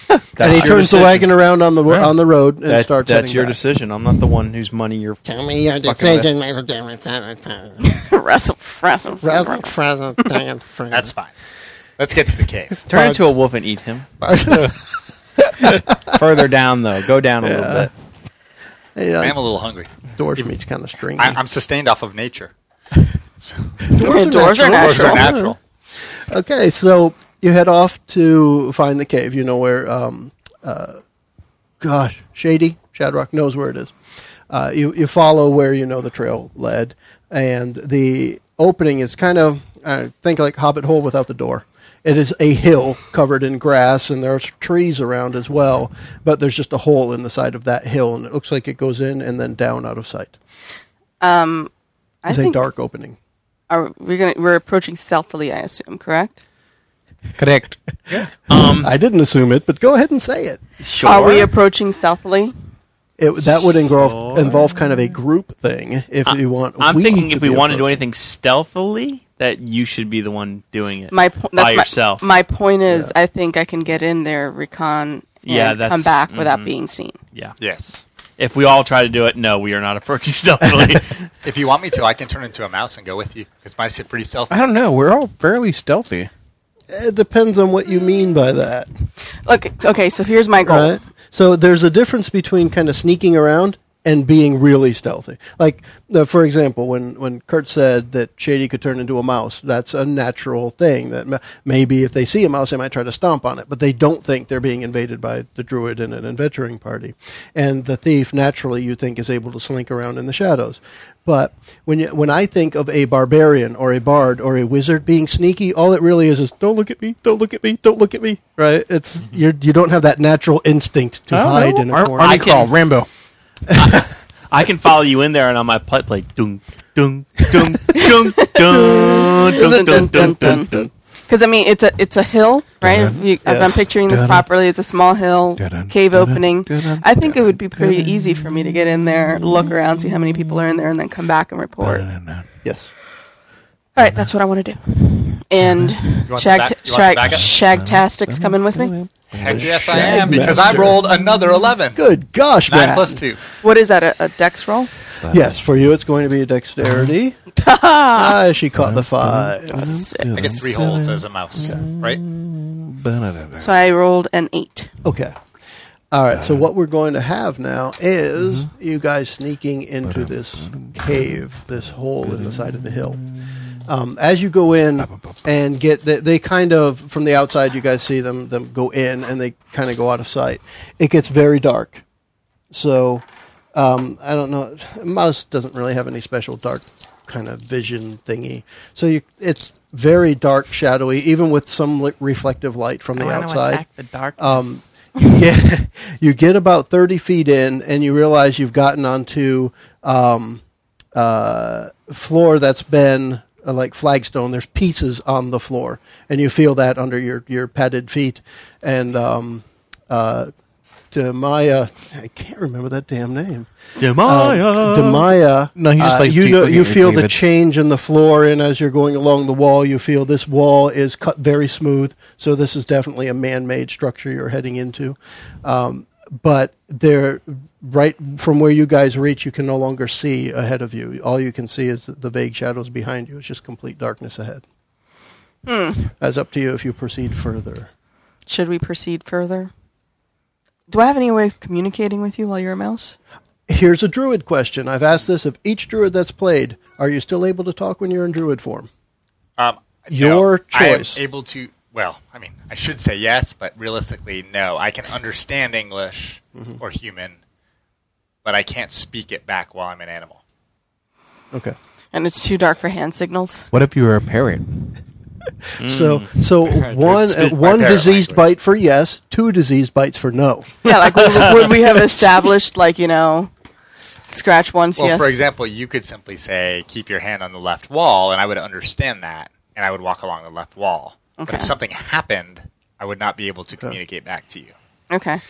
Speaker 1: and he
Speaker 6: That's
Speaker 1: turns
Speaker 6: your
Speaker 1: the
Speaker 6: decision.
Speaker 1: wagon around on the ro- on the road and
Speaker 6: That-
Speaker 1: starts.
Speaker 6: that's
Speaker 1: heading
Speaker 6: your
Speaker 1: back.
Speaker 6: decision. I'm not the one whose money you're.
Speaker 7: Tell me your
Speaker 6: Fucking
Speaker 7: decision.
Speaker 3: Russell, Russell,
Speaker 7: Present, present, dang,
Speaker 4: That's fine. Let's get to the cave.
Speaker 6: Turn
Speaker 1: Bugs.
Speaker 6: into a wolf and eat him. Further down though, go down a little bit.
Speaker 1: You know,
Speaker 4: I am a little hungry.
Speaker 1: dwarf meat's kind of stringy.
Speaker 4: I, I'm sustained off of nature.
Speaker 3: Dwarves are
Speaker 4: Those
Speaker 3: natural.
Speaker 4: are natural.
Speaker 1: Okay, so you head off to find the cave. You know where, um, uh, gosh, Shady Shadrock knows where it is. Uh, you you follow where you know the trail led, and the opening is kind of I think like Hobbit Hole without the door. It is a hill covered in grass, and there's trees around as well. But there's just a hole in the side of that hill, and it looks like it goes in and then down out of sight.
Speaker 3: I
Speaker 1: It's a
Speaker 3: think
Speaker 1: dark opening.
Speaker 3: Are we gonna? We're approaching stealthily, I assume. Correct?
Speaker 2: Correct.
Speaker 1: I didn't assume it, but go ahead and say it.
Speaker 6: Sure.
Speaker 3: Are we approaching stealthily?
Speaker 1: It, that would involve involve kind of a group thing if you want.
Speaker 6: I'm
Speaker 1: we
Speaker 6: thinking if
Speaker 1: be
Speaker 6: we want to do
Speaker 1: approaching.
Speaker 6: anything stealthily, that you should be the one doing it.
Speaker 3: My po- that's
Speaker 6: by
Speaker 3: my,
Speaker 6: yourself.
Speaker 3: My point is, I think I can get in there, recon, and
Speaker 6: Yeah, that's-
Speaker 3: come back without
Speaker 4: mm-hmm.
Speaker 3: being seen.
Speaker 6: yeah.
Speaker 4: Yes.
Speaker 6: If we all try to do it, no, we are not approaching stealthily.
Speaker 4: If you want me to, I can turn into a mouse and go with you. It's my pretty self.
Speaker 2: I don't know. We're all fairly stealthy.
Speaker 1: It depends on what you mean by that,
Speaker 3: Look, okay. So here's my
Speaker 6: Oh.
Speaker 3: goal.
Speaker 1: right? So there's a difference between kind of sneaking around and being really stealthy. Like, uh, for example, when when Kurt said that Shady could turn into a mouse, that's a natural thing. That ma- maybe if they see a mouse, they might try to stomp on it, but they don't think they're being invaded by the druid in an adventuring party. And the thief, naturally, you think is able to slink around in the shadows. But when you, when I think of a barbarian or a bard or a wizard being sneaky, all it really is is don't look at me, don't look at me, don't look at me. Right? It's
Speaker 6: Mm-hmm.
Speaker 1: you're, you don't have that natural instinct to hide in a
Speaker 2: Ar-
Speaker 1: corner.
Speaker 2: army
Speaker 6: I can-
Speaker 2: crawl, Rambo.
Speaker 6: I can follow you in there, and on my plate, play dung, dung, dung, dung, dung, dung, dung, dung, dung.
Speaker 3: Because I mean, it's a it's a hill, right? If you, if I'm
Speaker 1: Yes.
Speaker 3: picturing this properly, it's a small hill,
Speaker 2: Dun-dun,
Speaker 3: cave
Speaker 2: dun-dun,
Speaker 3: opening.
Speaker 2: dun-dun,
Speaker 3: I think it would be pretty easy for me to get in there, look around, see how many people are in there, and then come back and report. All
Speaker 1: yes.
Speaker 3: right, that's what I want to do. and
Speaker 4: want some
Speaker 3: Shag
Speaker 4: back- you want some backup?
Speaker 3: Shagtastic's coming with me.
Speaker 4: Heck yes, I am
Speaker 1: Shagmaster.
Speaker 4: because I rolled another eleven.
Speaker 1: Good gosh,
Speaker 4: Nine
Speaker 1: Matt.
Speaker 4: plus two.
Speaker 3: What is that? A, a dex roll?
Speaker 1: Yes, for you it's going to be a dexterity. ah, she caught the
Speaker 6: Mm-hmm.
Speaker 1: five.
Speaker 4: I get three holds as a mouse, right?
Speaker 3: So I rolled an eight.
Speaker 1: Okay. All right. So what we're going to have now is you guys sneaking into this cave, this hole in the side of the hill. Um, as you go in and get, they, they kind of from the outside, you guys see them them go in and they kind of go out of sight. It gets very dark. So um, I don't know. Mouse doesn't really have any special dark kind of vision thingy. So you, it's very dark, shadowy, even with some li- reflective light from the
Speaker 7: Oh, I wanna
Speaker 1: outside.
Speaker 7: attack the darkness.
Speaker 1: Um, you get you get about thirty feet in, and you realize you've gotten onto um, uh, floor that's been uh, like flagstone. There's pieces on the floor, and you feel that under your your padded feet. And um, uh, Demaya, I can't remember that damn name.
Speaker 2: Uh,
Speaker 1: Demaya. Demaya.
Speaker 2: No, he just,
Speaker 1: uh,
Speaker 2: like,
Speaker 1: you
Speaker 2: keep
Speaker 1: know,
Speaker 2: looking
Speaker 1: you
Speaker 2: at me,
Speaker 1: feel the
Speaker 2: David.
Speaker 1: change in the floor, and as you're going along the wall, you feel this wall is cut very smooth. So this is definitely a man-made structure you're heading into. Um, but there, right from where you guys reach, you can no longer see ahead of you. All you can see is the vague shadows behind you. It's just complete darkness ahead. That's up to you if you proceed further.
Speaker 3: Should we proceed further? Do I have any way of communicating with you while you're a mouse?
Speaker 1: Here's a druid question. I've asked this of each druid that's played. Are you still able to talk when you're in druid form?
Speaker 4: Um,
Speaker 1: Your
Speaker 4: no, I am
Speaker 1: choice.
Speaker 4: able to. Well, I mean, I should say yes, but realistically, no. I can understand English
Speaker 1: Mm-hmm.
Speaker 4: or human, but I can't speak it back while I'm an animal.
Speaker 1: Okay.
Speaker 3: And it's too dark for hand signals.
Speaker 2: What if you were a parrot?
Speaker 1: So
Speaker 6: Mm.
Speaker 1: so one uh,
Speaker 4: Excuse my
Speaker 1: one
Speaker 4: parrot
Speaker 1: diseased
Speaker 4: language.
Speaker 1: bite for yes, two diseased bites for no.
Speaker 3: Yeah, like would, would we have established, like you know, scratch once,
Speaker 4: Well,
Speaker 3: yes.
Speaker 4: for example, you could simply say, "Keep your hand on the left wall," and I would understand that, and I would walk along the left wall. But if
Speaker 3: Okay.
Speaker 4: something happened, I would not be able to communicate back to you.
Speaker 3: okay.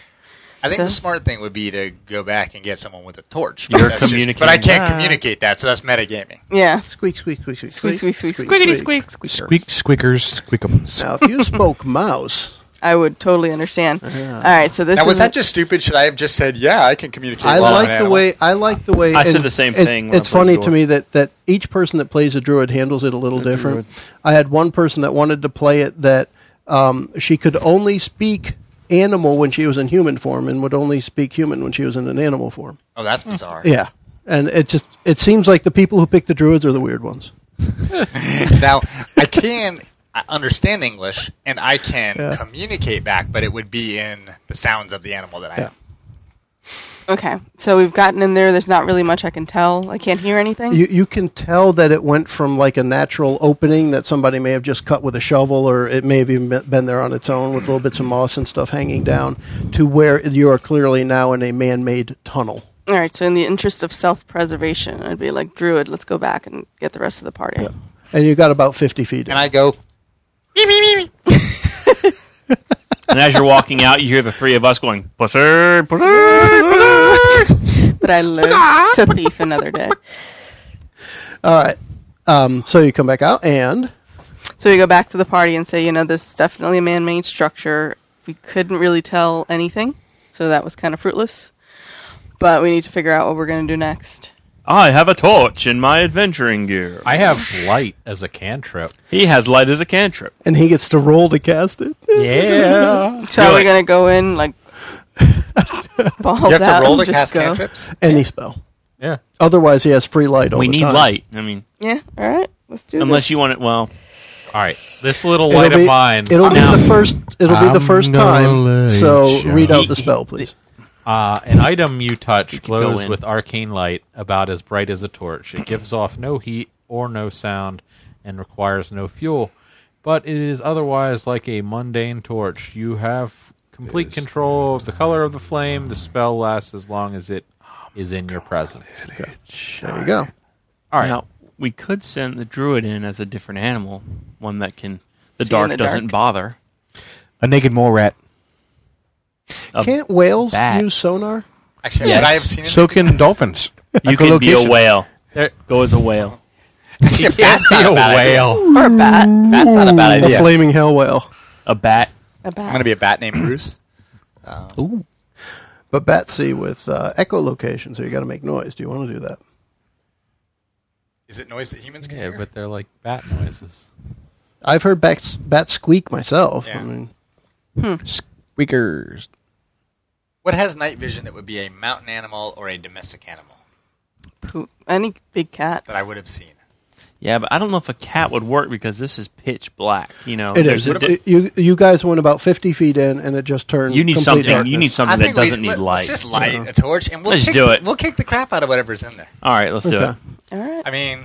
Speaker 4: I think
Speaker 3: So-
Speaker 4: the smart thing would be to go back and get someone with a torch.
Speaker 6: You're
Speaker 4: that's just- but I
Speaker 6: communicating.
Speaker 4: can't communicate that, so that's metagaming.
Speaker 3: Yeah.
Speaker 1: Squeak squeak squeak squeak
Speaker 3: Squeak, squeak, squeak,
Speaker 7: Squiggity squeak, squeak.
Speaker 2: Squeak, squeakers, squeakums.
Speaker 1: Now if you spoke mouse,
Speaker 3: I would totally understand. All right, so this
Speaker 4: Now, was
Speaker 3: is
Speaker 4: that just stupid? Should I have just said, "Yeah, I can communicate"?
Speaker 1: I
Speaker 4: while I'm
Speaker 1: like
Speaker 4: an
Speaker 1: the
Speaker 4: animal"?
Speaker 1: way I like the way
Speaker 6: I said
Speaker 1: and
Speaker 6: the same
Speaker 1: it-
Speaker 6: thing when I
Speaker 1: It's
Speaker 6: played
Speaker 1: funny to
Speaker 6: Druid.
Speaker 1: me that that each person that plays a druid handles it a little different. I had one person that wanted to play it that um, she could only speak animal when she was in human form and would only speak human when she was in an animal form.
Speaker 4: Oh, that's bizarre.
Speaker 1: Yeah. And it just it seems like the people who pick the druids are the weird ones.
Speaker 4: now, I can I understand English and I can communicate back, but it would be in the sounds of the animal that I am.
Speaker 3: okay. So we've gotten in there. There's not really much I can tell. I can't hear anything.
Speaker 1: You you can tell that it went from like a natural opening that somebody may have just cut with a shovel, or it may have even be- been there on its own with little bits of moss and stuff hanging down, to where you are clearly now in a man-made tunnel.
Speaker 3: All right. So in the interest of self-preservation, I'd be like, Druid, let's go back and get the rest of the party.
Speaker 1: And you got about fifty feet. In.
Speaker 4: And I go,
Speaker 6: and as you're walking out, you hear the three of us going, "Pussy, pussy."
Speaker 3: But I live to thief another day.
Speaker 1: All right. Um, so you come back out, and
Speaker 3: So we go back to the party and say, you know, this is definitely a man-made structure. We couldn't really tell anything, so that was kind of fruitless. But we need to figure out what we're going to do next.
Speaker 6: I have a torch in my adventuring gear.
Speaker 5: I have light as a cantrip.
Speaker 6: He has light as a cantrip.
Speaker 1: and he gets to roll to cast it.
Speaker 5: Yeah.
Speaker 3: So
Speaker 6: Do
Speaker 3: are we
Speaker 6: it.
Speaker 3: going to go in like balls
Speaker 4: "You have
Speaker 3: out
Speaker 4: to roll
Speaker 3: and
Speaker 4: to
Speaker 3: just
Speaker 4: cast
Speaker 3: go?
Speaker 4: cantrips."
Speaker 1: Any spell.
Speaker 5: yeah.
Speaker 1: Otherwise, he has free light. All
Speaker 6: We
Speaker 1: the
Speaker 6: need
Speaker 1: time.
Speaker 6: light. I mean,
Speaker 3: Yeah. All right. Let's do
Speaker 6: unless
Speaker 3: this.
Speaker 6: you want it. Well,
Speaker 5: All right. This little
Speaker 1: It'll
Speaker 5: light
Speaker 1: be,
Speaker 5: of mine.
Speaker 1: it'll be the first. It'll be the
Speaker 2: I'm
Speaker 1: first
Speaker 2: gonna
Speaker 1: time.
Speaker 2: let
Speaker 1: So
Speaker 2: you.
Speaker 1: read out the spell, please.
Speaker 5: Uh, an item you touch
Speaker 6: go
Speaker 5: glows
Speaker 6: in.
Speaker 5: with arcane light about as bright as a torch. It gives off no heat or no sound and requires no fuel, but it is otherwise like a mundane torch. You have complete control of the color of the flame. The spell lasts as long as it is in your presence.
Speaker 1: There you go.
Speaker 5: All right.
Speaker 6: now we could send the druid in as a different animal, one that can the
Speaker 3: See in
Speaker 6: dark
Speaker 3: the
Speaker 6: doesn't
Speaker 3: dark.
Speaker 6: bother.
Speaker 2: A naked mole rat.
Speaker 6: A-
Speaker 1: Can't whales
Speaker 6: bat.
Speaker 1: use sonar?
Speaker 4: Actually, would I have seen it?
Speaker 2: So can dolphins.
Speaker 6: you can be a whale.
Speaker 5: There-
Speaker 6: Go as a whale.
Speaker 4: Actually, a bat's not a bad idea.
Speaker 3: Or a bat.
Speaker 4: That's not a bad
Speaker 1: A
Speaker 4: idea.
Speaker 1: flaming hell whale.
Speaker 6: A bat.
Speaker 3: A bat.
Speaker 4: I'm gonna be a bat named Bruce.
Speaker 1: But Betsy with uh, echolocation, so you got to make noise. Do you want to do that?
Speaker 4: Is it noise that humans can
Speaker 5: Yeah,
Speaker 4: hear?
Speaker 5: but they're like bat noises.
Speaker 1: I've heard bats, bat squeak myself.
Speaker 4: Yeah.
Speaker 1: I mean,
Speaker 2: Squeakers.
Speaker 4: what has night vision that would be a mountain animal or a domestic animal
Speaker 3: Poop. Any big cat.
Speaker 4: that I would have seen?
Speaker 6: Yeah, but I don't know if a cat would work because this is pitch black. You know,
Speaker 1: it is.
Speaker 4: what
Speaker 1: It- you you guys went about fifty feet in, and it just turned.
Speaker 6: You need
Speaker 1: complete
Speaker 6: something. You
Speaker 1: darkness.
Speaker 6: need something that
Speaker 4: we-
Speaker 6: doesn't need
Speaker 4: let-
Speaker 6: light.
Speaker 4: Let's just light a torch and we'll
Speaker 6: Let's
Speaker 4: kick
Speaker 6: do
Speaker 4: the-
Speaker 6: it.
Speaker 4: we'll kick the crap out of whatever's in there.
Speaker 6: All right, let's do
Speaker 1: Okay.
Speaker 3: All
Speaker 6: it.
Speaker 3: right.
Speaker 4: I mean,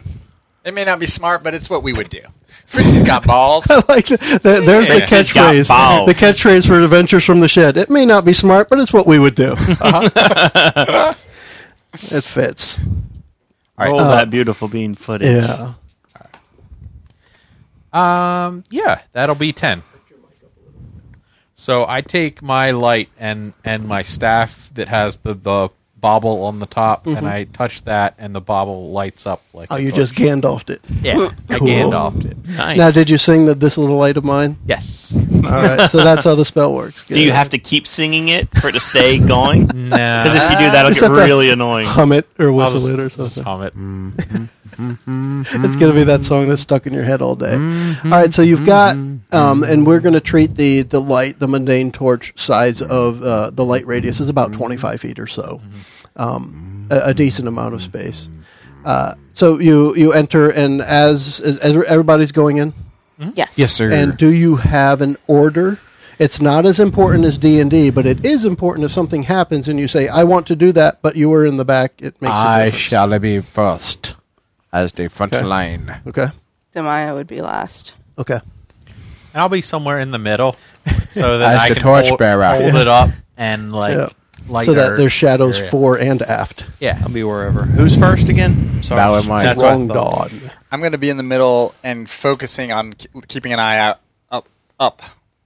Speaker 4: it may not be smart, but it's what we would do. Fritzy's got balls.
Speaker 1: I like that. There- There's the
Speaker 6: Yeah. It's got
Speaker 1: catchphrase.
Speaker 6: balls.
Speaker 1: The catchphrase for Adventures from the Shed. It may not be smart, but it's what we would do.
Speaker 6: Uh-huh.
Speaker 1: it fits.
Speaker 6: All right,
Speaker 5: Roll
Speaker 6: so
Speaker 5: up.
Speaker 6: that beautiful bean footage.
Speaker 1: Yeah.
Speaker 5: Um, yeah, that'll be ten. So I take my light and and my staff that has the the bobble on the top, and I touch that, and the bobble lights up like.
Speaker 1: Mm-hmm. Oh,
Speaker 5: a
Speaker 1: you
Speaker 5: torch.
Speaker 1: just Gandalfed it.
Speaker 6: yeah.
Speaker 5: I
Speaker 1: Cool.
Speaker 5: Gandalfed it.
Speaker 6: Nice.
Speaker 1: Now, did you sing the "This Little Light of Mine"?
Speaker 5: Yes.
Speaker 1: All right. So that's how the spell works.
Speaker 6: do you have to keep singing it for it to stay going? Because
Speaker 5: nah.
Speaker 6: if you do, that'll
Speaker 1: Just
Speaker 6: get
Speaker 1: have to-
Speaker 6: really annoying.
Speaker 1: hum it or
Speaker 5: I'll
Speaker 1: whistle
Speaker 5: just-
Speaker 1: it or
Speaker 5: just
Speaker 1: something?
Speaker 5: hum it.
Speaker 6: Mm.
Speaker 1: It's going to be that song that's stuck in your head all day. All right, so you've got, um, and we're going to treat the the light, the mundane torch size of uh, the light radius is about twenty five feet or so, um, a, a decent amount of space. Uh, so you you enter, and as as, as everybody's going in,
Speaker 3: yes.
Speaker 2: Yes, sir.
Speaker 1: and do you have an order? It's not as important as D and D, but it is important if something happens and you say, "I want to do that," but you were in the back. It makes a
Speaker 2: I
Speaker 1: difference.
Speaker 2: shall be first as the front line.
Speaker 1: Okay.
Speaker 3: Demaya would be last.
Speaker 1: Okay.
Speaker 5: I'll be somewhere in the middle, so that
Speaker 2: As
Speaker 5: I
Speaker 2: the
Speaker 5: can
Speaker 2: torch
Speaker 5: hold,
Speaker 2: bearer.
Speaker 5: hold it up and like
Speaker 1: Yeah.
Speaker 5: light.
Speaker 1: so that
Speaker 5: our
Speaker 1: there's shadows
Speaker 5: area.
Speaker 1: fore and aft.
Speaker 5: Yeah,
Speaker 6: I'll be wherever. Who's first again? Sorry.
Speaker 2: Bow in mind.
Speaker 6: That's
Speaker 1: Wrong
Speaker 6: what I thought.
Speaker 1: dawn.
Speaker 4: I'm going to be in the middle and focusing on k- keeping an eye out up, up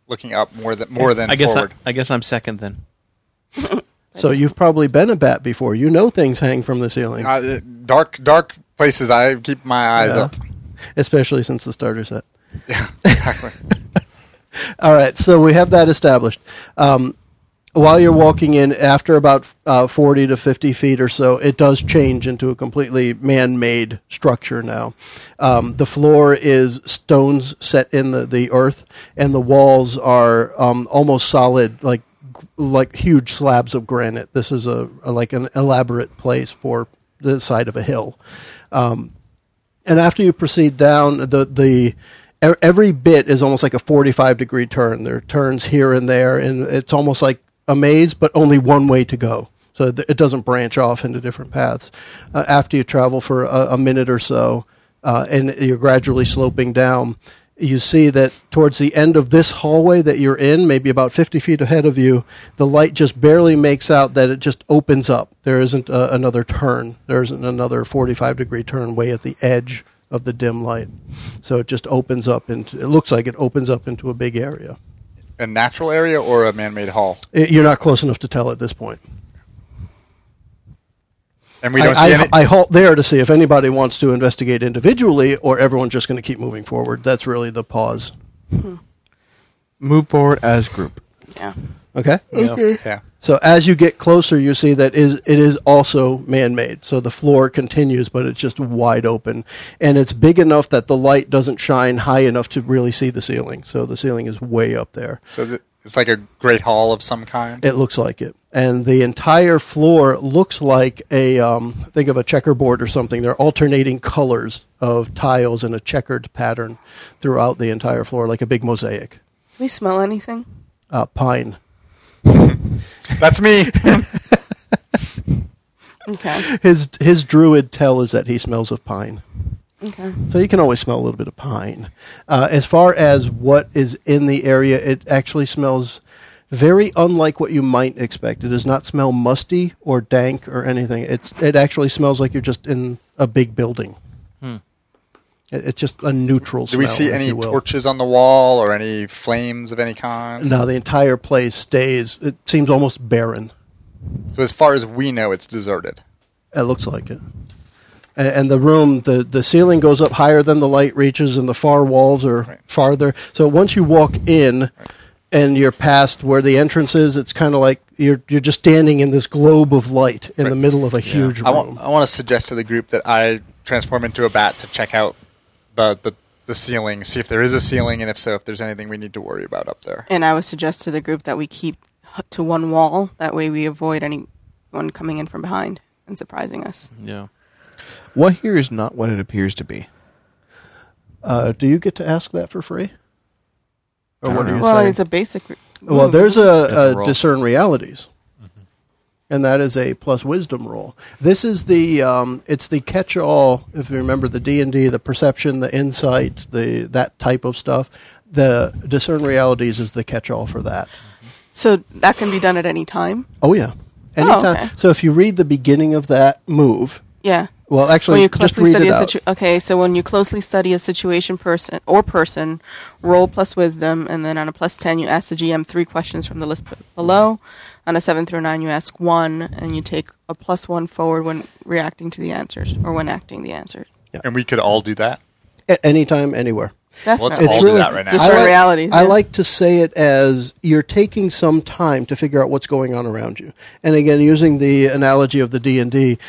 Speaker 4: looking up more than more than
Speaker 6: I guess I,
Speaker 4: forward.
Speaker 6: I guess I'm second then.
Speaker 1: So you've probably been a bat before. You know things hang from the ceiling,
Speaker 4: Uh, dark dark places. I keep my eyes
Speaker 1: Yeah.
Speaker 4: up.
Speaker 1: especially since the starter set.
Speaker 4: Yeah, exactly.
Speaker 1: All right, so we have that established. Um, while you're walking in, after about uh, 40 to 50 feet or so, it does change into a completely man made structure now. Um, the floor is stones set in the, the earth, and the walls are um, almost solid, like like huge slabs of granite. This is a, a like an elaborate place for the side of a hill. and after you proceed down the the e- every bit is almost like a 45 degree turn there are turns here and there and it's almost like a maze but only one way to go so th- it doesn't branch off into different paths uh, after you travel for a, a minute or so uh, and you're gradually sloping down you see that towards the end of this hallway that you're in, maybe about 50 feet ahead of you, the light just barely makes out that it just opens up. There isn't uh, another turn. There isn't another 45 degree turn way at the edge of the dim light. So it just opens up into, it looks like it opens up into a big area.
Speaker 4: a natural area or a man-made hall,
Speaker 1: I- you're not close enough to tell at this point.
Speaker 4: and we
Speaker 1: I,
Speaker 4: don't see
Speaker 1: I,
Speaker 4: any.
Speaker 1: I halt there to see if anybody wants to investigate individually or everyone's just going to keep moving forward. That's really the pause.
Speaker 2: Move forward as group.
Speaker 3: Yeah.
Speaker 1: Okay?
Speaker 4: yeah.
Speaker 1: So as you get closer, you see that is it is also man-made. So the floor continues, but it's just wide open, and it's big enough that the light doesn't shine high enough to really see the ceiling. So the ceiling is way up there.
Speaker 4: So th- it's like a great hall of some kind.
Speaker 1: It looks like it, and the entire floor looks like a um, think of a checkerboard or something. They're alternating colors of tiles in a checkered pattern throughout the entire floor, like a big mosaic.
Speaker 3: Do we smell anything?
Speaker 1: Uh, pine.
Speaker 4: That's me.
Speaker 3: Okay.
Speaker 1: His his druid tell is that he smells of pine.
Speaker 3: Okay.
Speaker 1: So you can always smell a little bit of pine. Uh, as far as what is in the area, it actually smells very unlike what you might expect. It does not smell musty or dank or anything. It's it actually smells like you're just in a big building. It- it's just a neutral
Speaker 4: Do
Speaker 1: smell.
Speaker 4: we see
Speaker 1: if
Speaker 4: any
Speaker 1: you will.
Speaker 4: torches on the wall or any flames of any kind?
Speaker 1: No, the entire place stays. It seems almost barren.
Speaker 4: So as far as we know, it's deserted.
Speaker 1: It looks like it. and, and the room the the ceiling goes up higher than the light reaches, and the far walls are farther. So once you walk in. And you're past where the entrance is. It's kind of like you're you're just standing in this globe of light in the middle of a huge room.
Speaker 4: I want, I want to suggest to the group that I transform into a bat to check out the, the, the ceiling, see if there is a ceiling, and if so, if there's anything we need to worry about up there.
Speaker 3: And I would suggest to the group that we keep h- to one wall. That way, we avoid anyone coming in from behind and surprising us.
Speaker 6: Yeah.
Speaker 2: What here is not what it appears to be.
Speaker 1: Uh, do you get to ask that for free? Or what do you
Speaker 3: Well,
Speaker 1: say?
Speaker 3: it's a basic. r-
Speaker 1: well,
Speaker 3: move,
Speaker 1: there's
Speaker 3: isn't it?
Speaker 1: a, a
Speaker 6: roll.
Speaker 1: discern realities, and that is a plus wisdom roll. This is the um, it's the catch-all. If you remember the D and D, the perception, the insight, the that type of stuff. The discern realities is the catch-all for that.
Speaker 3: So that can be done at any time.
Speaker 1: Oh yeah,
Speaker 3: Oh,
Speaker 1: anytime.
Speaker 3: okay.
Speaker 1: So if you read the beginning of that move,
Speaker 3: Yeah.
Speaker 1: well, actually,
Speaker 3: when you
Speaker 1: just
Speaker 3: closely
Speaker 1: read
Speaker 3: study
Speaker 1: it
Speaker 3: a
Speaker 1: out.
Speaker 3: situ- okay, so when you closely study a situation person or person, roll plus wisdom, and then on a plus ten you ask the GM three questions from the list b- below. On a seven through nine you ask one, and you take a plus one forward when reacting to the answers or when acting the answers.
Speaker 4: And we could all do that.
Speaker 1: A- anytime, anywhere.
Speaker 4: Let's
Speaker 3: Definitely.
Speaker 4: all do
Speaker 1: really-
Speaker 4: that right now.
Speaker 3: Just- Discern
Speaker 1: I like,
Speaker 3: realities,
Speaker 1: I
Speaker 3: yeah.
Speaker 1: like to say it as you're taking some time to figure out what's going on around you. And again, using the analogy of the D and D,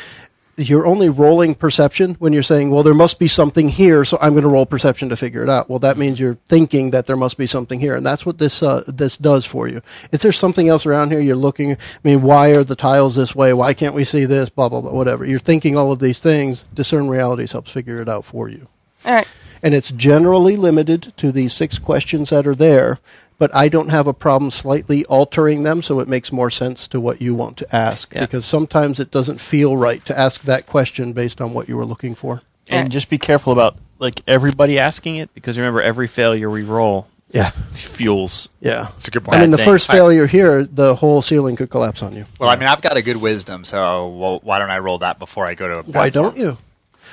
Speaker 1: you're only rolling perception when you're saying, "Well, there must be something here, so I'm going to roll perception to figure it out." Well, that means you're thinking that there must be something here, and that's what this uh, this does for you. Is there something else around here? You're looking. I mean, why are the tiles this way? Why can't we see this? Blah blah blah. Whatever. You're thinking all of these things. Discern realities helps figure it out for you
Speaker 3: all right.
Speaker 1: and it's generally limited to the six questions that are there but i don't have a problem slightly altering them so it makes more sense to what you want to ask
Speaker 6: Yeah.
Speaker 1: because sometimes it doesn't feel right to ask that question based on what you were looking for
Speaker 6: And just be careful about like everybody asking it because remember every failure we roll
Speaker 1: yeah
Speaker 6: fuels.
Speaker 1: yeah
Speaker 4: It's a good
Speaker 1: i mean the
Speaker 6: Bad
Speaker 1: first
Speaker 6: thing.
Speaker 1: failure here the whole ceiling could collapse on you
Speaker 4: Well, I mean, I've got a good wisdom, so well, why don't I roll that before I go to? A
Speaker 1: why don't you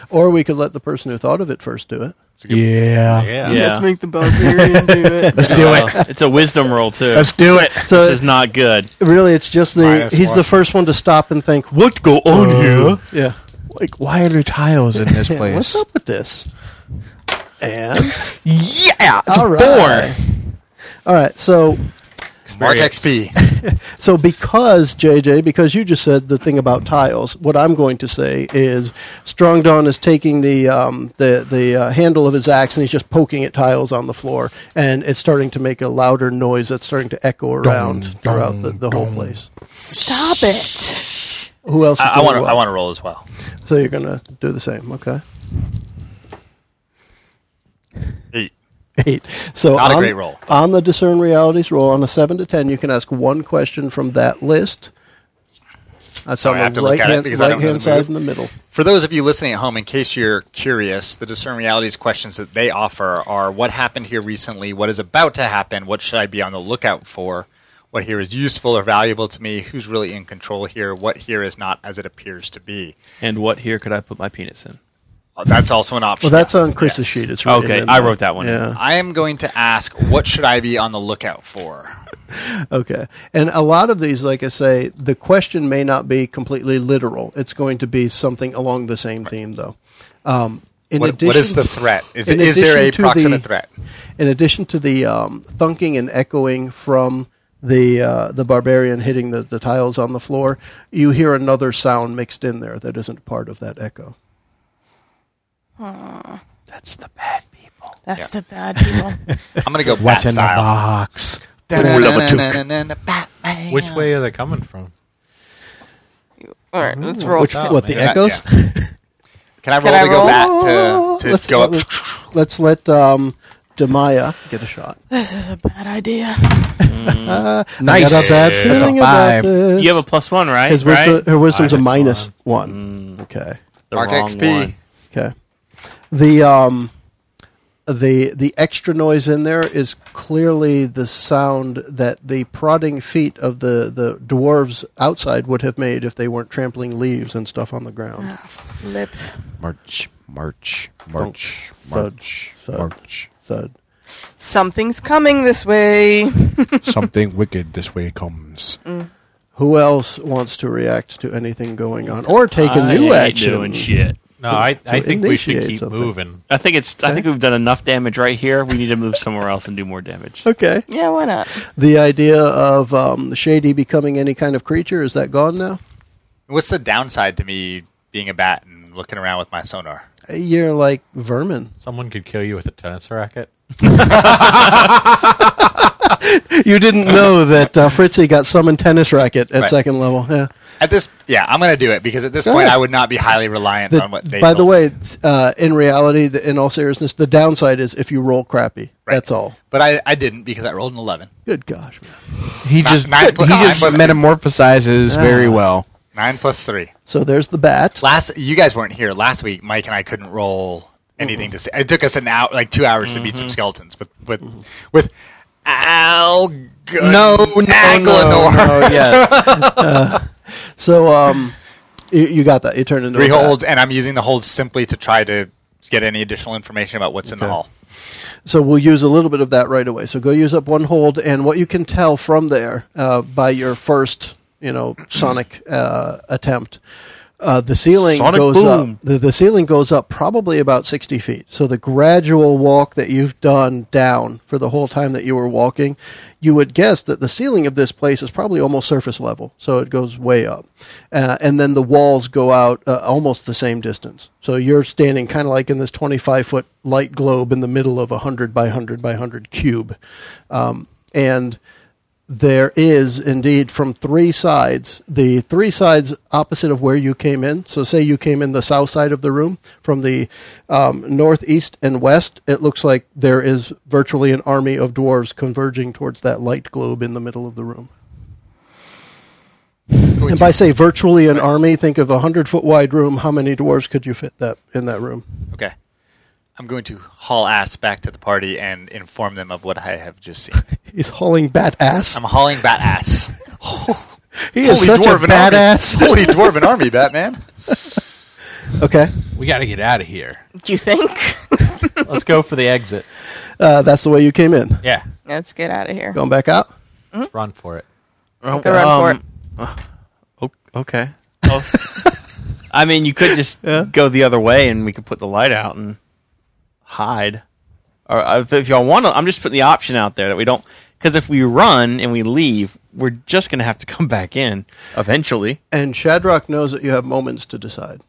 Speaker 1: or we could let the person who thought of it first do it
Speaker 2: Yeah.
Speaker 4: Yeah.
Speaker 3: Let's make the Belgarian do it.
Speaker 6: Let's do it. It's a wisdom roll too.
Speaker 2: Let's do it.
Speaker 1: so
Speaker 6: this is not good.
Speaker 1: really it's just the
Speaker 4: Minus
Speaker 1: he's
Speaker 4: one.
Speaker 1: the first one to stop and think
Speaker 2: What go on here?
Speaker 1: yeah
Speaker 2: Like, why are there tiles in this
Speaker 1: Yeah,
Speaker 2: place?
Speaker 1: What's up with this? And
Speaker 2: Yeah,
Speaker 1: all right, all right. So,
Speaker 4: Mark
Speaker 6: Experience.
Speaker 4: XP.
Speaker 1: so because JJ, because you just said the thing about tiles, what I'm going to say is, Strong Dawn is taking the um, the the uh, handle of his axe and he's just poking at tiles on the floor, and it's starting to make a louder noise that's starting to echo around throughout the, the whole place.
Speaker 3: Stop it.
Speaker 1: Who else? is
Speaker 4: I
Speaker 1: doing
Speaker 4: want to.
Speaker 1: what?
Speaker 4: I want to roll as well.
Speaker 1: So you're gonna do the same, okay?
Speaker 4: Eight.
Speaker 1: eight. So
Speaker 4: Not a
Speaker 1: on,
Speaker 4: great roll.
Speaker 1: On the discern realities roll, on a seven to ten, you can ask one question from that list. That's
Speaker 4: Sorry, I
Speaker 1: on
Speaker 4: have
Speaker 1: the
Speaker 4: to look
Speaker 1: right
Speaker 4: at it
Speaker 1: hand,
Speaker 4: because I
Speaker 1: right
Speaker 4: don't know
Speaker 1: hand
Speaker 4: the
Speaker 1: side
Speaker 4: move.
Speaker 1: in the middle.
Speaker 4: For those of you listening at home, in case you're curious, the Discern Realities questions that they offer are what happened here recently, what is about to happen, what should I be on the lookout for, what here is useful or valuable to me, who's really in control here, what here is not as it appears to be.
Speaker 6: And what here could I put my penis in?
Speaker 4: Uh, That's also an option.
Speaker 1: Well, that's on Chris's
Speaker 4: Yes.
Speaker 1: sheet. It's written
Speaker 6: Okay,
Speaker 1: in
Speaker 6: I
Speaker 1: there.
Speaker 6: wrote that one.
Speaker 1: Yeah.
Speaker 4: I am going to ask, what should I be on the lookout for?
Speaker 1: Okay. And a lot of these, like I say, the question may not be completely literal. It's going to be something along the same theme, though. Um, in
Speaker 4: What,
Speaker 1: addition,
Speaker 4: what is the threat? Is,
Speaker 1: in
Speaker 4: is there
Speaker 1: addition
Speaker 4: a
Speaker 1: to
Speaker 4: proximate
Speaker 1: the-
Speaker 4: threat?
Speaker 1: In addition to the um, thunking and echoing from the uh, the barbarian hitting the, the tiles on the floor, you hear another sound mixed in there that isn't part of that echo.
Speaker 6: That's the bad people.
Speaker 3: That's the bad people.
Speaker 4: I'm going to go
Speaker 2: What's
Speaker 4: bat
Speaker 2: in the
Speaker 4: style.
Speaker 2: box?
Speaker 4: Batman.
Speaker 5: Which way are they coming from?
Speaker 3: All right, let's roll.
Speaker 1: Which,
Speaker 5: sound,
Speaker 1: what the
Speaker 5: man.
Speaker 1: echoes? Oh,
Speaker 4: Can I
Speaker 3: Can
Speaker 4: roll
Speaker 3: I
Speaker 4: to go
Speaker 3: roll?
Speaker 4: bat to,
Speaker 1: let's,
Speaker 4: to go up?
Speaker 1: let, us let um, Demaya get a shot. Ah,
Speaker 3: This is a bad idea.
Speaker 1: I got a bad
Speaker 2: Yeah.
Speaker 1: feeling
Speaker 2: Five.
Speaker 1: about this.
Speaker 6: You have a plus one, right?
Speaker 1: His
Speaker 6: right?
Speaker 1: wisdom, her wisdom's a
Speaker 5: Minus
Speaker 1: minus one. Okay.
Speaker 6: The
Speaker 4: Mark
Speaker 6: wrong
Speaker 4: XP.
Speaker 6: one.
Speaker 1: Okay. The um the the extra noise in there is clearly the sound that the prodding feet of the the dwarves outside would have made if they weren't trampling leaves and stuff on the ground.
Speaker 3: Flip.
Speaker 2: March, March, March,
Speaker 1: Thud,
Speaker 2: March,
Speaker 1: thud.
Speaker 2: March.
Speaker 1: Thud.
Speaker 3: Something's coming this way.
Speaker 2: Something wicked this way comes.
Speaker 1: Who else wants to react to anything going on or take a new
Speaker 6: I ain't
Speaker 1: action?
Speaker 6: Doing shit.
Speaker 5: No, I, I
Speaker 1: to
Speaker 5: think we should
Speaker 1: initiate
Speaker 5: keep
Speaker 1: something.
Speaker 5: moving.
Speaker 6: I think it's. I think we've done enough damage right here. We need to move somewhere else and do more damage.
Speaker 1: Okay.
Speaker 3: Yeah, why not?
Speaker 1: The idea of um, Shady becoming any kind of creature is that gone now?
Speaker 4: What's the downside to me being a bat and looking around with my sonar?
Speaker 1: You're like vermin.
Speaker 5: Someone could kill you with a tennis racket.
Speaker 1: You didn't know that uh, Fritzy got summoned tennis racket at
Speaker 4: Right.
Speaker 1: second level. Yeah.
Speaker 4: At this, yeah, I'm gonna do it because at this
Speaker 1: Go
Speaker 4: point
Speaker 1: ahead.
Speaker 4: I would not be highly reliant
Speaker 1: The-
Speaker 4: on what they.
Speaker 1: by the
Speaker 4: built.
Speaker 1: way, th- uh, in reality, the, in all seriousness, the downside is if you roll crappy.
Speaker 4: Right.
Speaker 1: That's all.
Speaker 4: but I, I didn't because I rolled an 11.
Speaker 1: Good gosh, man.
Speaker 2: He just
Speaker 4: nine
Speaker 2: he
Speaker 4: plus-
Speaker 2: just
Speaker 4: nine plus-
Speaker 2: metamorphosizes very well.
Speaker 4: Nine plus three.
Speaker 1: So there's the bat.
Speaker 4: Last, you guys weren't here last week. Mike and I couldn't roll anything to say. It took us an hour, like two hours, to beat some skeletons with with with Al.
Speaker 6: No, no, no, no, yes.
Speaker 1: So um, you, you got that. You turned into
Speaker 4: Three
Speaker 1: a bat.
Speaker 4: holds, and I'm using the holds simply to try to get any additional information about what's in the hall.
Speaker 1: So we'll use a little bit of that right away. So go use up one hold, and what you can tell from there uh, by your first, you know, sonic uh, attempt, uh, the ceiling
Speaker 6: Sonic
Speaker 1: goes
Speaker 6: boom.
Speaker 1: up. The, the ceiling goes up probably about sixty feet. So the gradual walk that you've done down for the whole time that you were walking, you would guess that the ceiling of this place is probably almost surface level. So it goes way up, uh, and then the walls go out uh, almost the same distance. So you're standing kind of like in this twenty-five foot light globe in the middle of a hundred by hundred by hundred cube, um, and there is indeed from three sides the three sides opposite of where you came in so say you came in the south side of the room from the um, north east and west it looks like there is virtually an army of dwarves converging towards that light globe in the middle of the room and by say virtually an army think of a hundred foot wide room how many dwarves could you fit that in that room
Speaker 4: Okay. I'm going to haul ass back to the party and inform them of what I have just seen.
Speaker 1: he's hauling bat ass
Speaker 4: I'm hauling bat ass.
Speaker 1: he is such a badass
Speaker 4: Army. Holy dwarven army, Batman.
Speaker 1: okay
Speaker 5: We got to get out of here.
Speaker 3: Do you think?
Speaker 5: Let's go for the exit.
Speaker 1: uh, that's the way you came in
Speaker 5: Yeah,
Speaker 3: Let's get out of here.
Speaker 1: going back out
Speaker 5: let's run for it.
Speaker 3: Go run for it.
Speaker 6: for it. Okay. Well, I mean, you could just go the other way, and we could put the light out and hide. Or uh, if, if y'all want to, I'm just putting the option out there that we don't. Because if we run and we leave, we're just gonna have to come back in eventually.
Speaker 1: And Shadrach knows that you have moments to decide.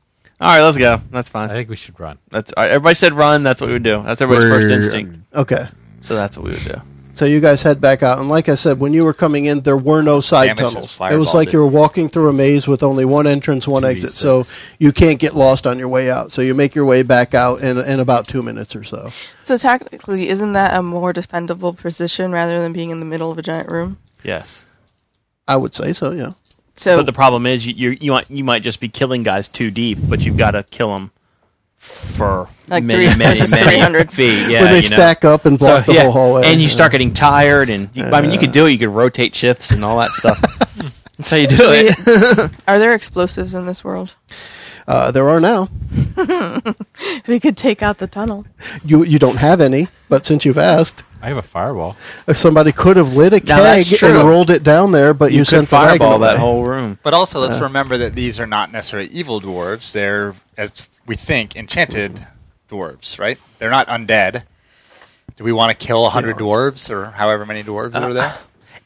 Speaker 6: All right, let's go. That's fine.
Speaker 5: I think we should run.
Speaker 6: That's all right, everybody said run. That's what we would do. That's everybody's first
Speaker 2: We're-
Speaker 6: instinct.
Speaker 1: Okay.
Speaker 6: So that's what we would do.
Speaker 1: So you guys head back out. And like I said, when you were coming in, there were no side
Speaker 4: Damage is
Speaker 1: tunnels.
Speaker 4: fireballed
Speaker 1: It was like
Speaker 4: it.
Speaker 1: you were walking through a maze with only one entrance, one exit.
Speaker 6: E
Speaker 1: So you can't get lost on your way out. So you make your way back out in, in about two minutes or so.
Speaker 3: So tactically, isn't that a more defendable position rather than being in the middle of a giant room?
Speaker 6: Yes.
Speaker 1: I would say so, yeah.
Speaker 3: So
Speaker 6: But the problem is, you you you might, you might just be killing guys too deep, but you've got to kill them for
Speaker 3: Like
Speaker 6: many,
Speaker 3: three-
Speaker 6: many,
Speaker 3: versus
Speaker 6: many
Speaker 3: 300.
Speaker 6: feet. Yeah,
Speaker 1: when they
Speaker 6: you know.
Speaker 1: stack up and block the
Speaker 6: yeah,
Speaker 1: whole hallway.
Speaker 6: and you start getting tired, and you, I mean, you could do it. You could rotate shifts and all that stuff. That's how you do it.
Speaker 3: are there explosives in this world?
Speaker 1: Uh, there are now.
Speaker 3: We could take out the tunnel.
Speaker 1: You you don't have any, but since you've asked,
Speaker 5: I have a fireball.
Speaker 1: if somebody could have lit a
Speaker 6: Now that's
Speaker 1: keg
Speaker 6: true.
Speaker 1: and rolled it down there, but you,
Speaker 6: You, could
Speaker 1: sent the wagon
Speaker 6: fireball that
Speaker 1: away.
Speaker 6: whole room.
Speaker 4: But also, let's
Speaker 1: Uh.
Speaker 4: remember that these are not necessarily evil dwarves. They're, as we think, enchanted dwarves, right? They're not undead. Do we want to kill 100 dwarves or however many dwarves
Speaker 1: Uh,
Speaker 4: were there?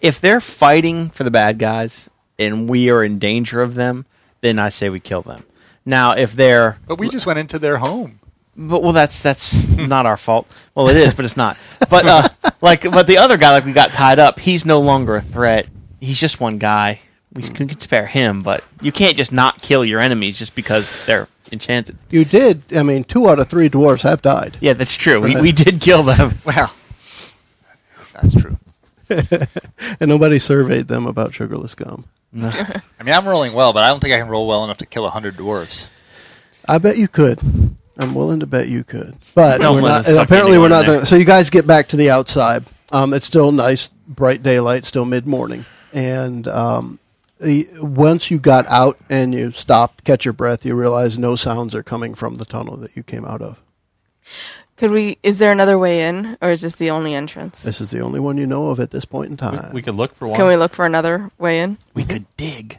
Speaker 6: If they're fighting for the bad guys and we are in danger of them, then I say we kill them. Now, if they're
Speaker 4: But we just went into their home.
Speaker 6: But well, that's that's not our fault. Well, it is, but it's not. But uh, like, but the other guy, like we got tied up. He's no longer a threat. He's just one guy. We s- can spare him, but you can't just not kill your enemies just because they're enchanted.
Speaker 1: You did. I mean, two out of three dwarves have died.
Speaker 6: Yeah, that's true. We, we did kill them.
Speaker 4: Well, that's true.
Speaker 1: And nobody surveyed them about sugarless gum.
Speaker 4: I mean, I'm rolling well, but I don't think I can roll well enough to kill 100 dwarves.
Speaker 1: I bet you could. I'm willing to bet you could. But
Speaker 6: Don't
Speaker 1: we're
Speaker 6: let
Speaker 1: not,
Speaker 6: us suck
Speaker 1: apparently we're
Speaker 6: anyone
Speaker 1: not
Speaker 6: in there.
Speaker 1: doing So you guys get back to the outside. Um, it's still nice, bright daylight, still mid morning. And um, the, once you got out and you stopped, catch your breath, you realize no sounds are coming from the tunnel that you came out of.
Speaker 3: Could we? Is there another way in, or is this the only entrance?
Speaker 1: This is the only one you know of at this point in time.
Speaker 5: We could look for one.
Speaker 3: Can we look for another way in?
Speaker 6: We could dig.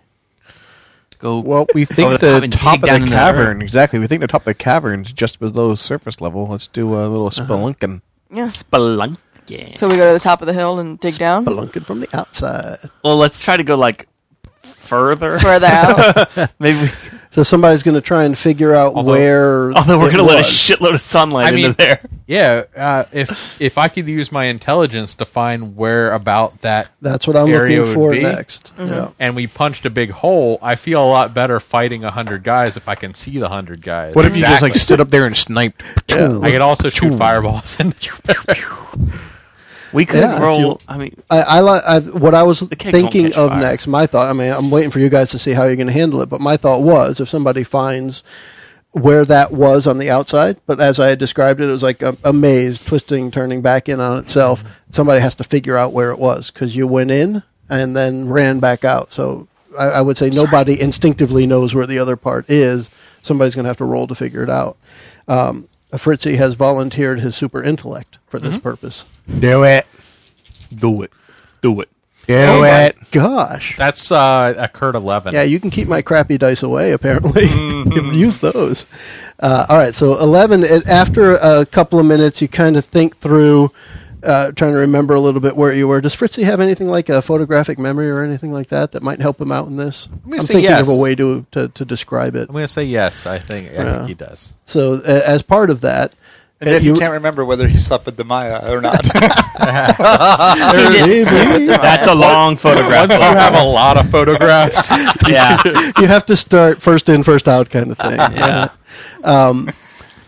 Speaker 6: to go.
Speaker 2: Well, we
Speaker 6: over
Speaker 2: think
Speaker 6: the top
Speaker 2: the
Speaker 6: and
Speaker 2: top,
Speaker 6: dig
Speaker 2: of
Speaker 6: down
Speaker 2: the
Speaker 6: in
Speaker 2: cavern.
Speaker 6: earth.
Speaker 2: exactly. We think the top of the cavern is just below surface level. Let's do a little spelunking.
Speaker 3: Yeah.
Speaker 6: Spelunk. Yeah.
Speaker 3: So we go to the top of the hill and dig down
Speaker 1: Spelunking from the outside.
Speaker 6: well, let's try to go like further.
Speaker 3: further out.
Speaker 6: Maybe. We,
Speaker 1: So somebody's going to try and figure out where.
Speaker 6: although we're
Speaker 1: it
Speaker 6: gonna let a
Speaker 1: was.
Speaker 6: shitload of sunlight
Speaker 5: I mean-
Speaker 6: into there.
Speaker 5: Yeah, uh, if if I could use my intelligence to find where about that,
Speaker 1: That's what I'm
Speaker 5: area
Speaker 1: looking
Speaker 5: would
Speaker 1: for
Speaker 5: be.
Speaker 1: next. Yeah.
Speaker 5: and we punched a big hole, I feel a lot better fighting a hundred guys if I can see the hundred guys.
Speaker 2: What if you just like stood up there and sniped?
Speaker 5: I could also shoot fireballs and
Speaker 6: We could
Speaker 1: Yeah, if
Speaker 6: roll.
Speaker 1: you-
Speaker 6: I mean,
Speaker 1: I, I, li- I what I was
Speaker 6: cake won't
Speaker 1: thinking
Speaker 6: catch
Speaker 1: of
Speaker 6: fire.
Speaker 1: next. My thought. I mean, I'm waiting for you guys to see how you're going to handle it. But my thought was, if somebody finds where that was on the outside, but as I had described it, it was like a, a maze, twisting, turning back in on itself.
Speaker 6: Mm-hmm.
Speaker 1: Somebody has to figure out where it was because you went in and then ran back out. So I, I would say nobody instinctively knows where the other part is. Somebody's going to have to roll to figure it out. Um, Fritzy has volunteered his super intellect for
Speaker 6: Mm-hmm.
Speaker 1: this purpose.
Speaker 2: Do it.
Speaker 6: do it. Do it.
Speaker 2: Do
Speaker 5: Oh
Speaker 1: my
Speaker 2: it.
Speaker 1: Gosh.
Speaker 5: that's uh, a Kurt eleven.
Speaker 1: Yeah, you can keep my crappy dice away. Apparently, You can use those. Uh, all right, so eleven. It, after a couple of minutes, you kind of think through, uh, trying to remember a little bit where you were. Does Fritzy have anything like a photographic memory or anything like that that might help him out in this? I'm,
Speaker 5: gonna say
Speaker 1: thinking
Speaker 5: yes.
Speaker 1: of a way to to, to describe it.
Speaker 5: I'm gonna say yes. I think I think he does.
Speaker 1: So, uh, as part of that,
Speaker 4: And
Speaker 1: uh,
Speaker 4: then
Speaker 1: you-
Speaker 4: he can't remember whether he slept with the Maya or not.
Speaker 1: Maybe.
Speaker 6: That's a long photograph.
Speaker 5: Once you have a lot of photographs,
Speaker 6: yeah.
Speaker 1: you have to start first in, first out kind of thing.
Speaker 6: Yeah.
Speaker 1: uh,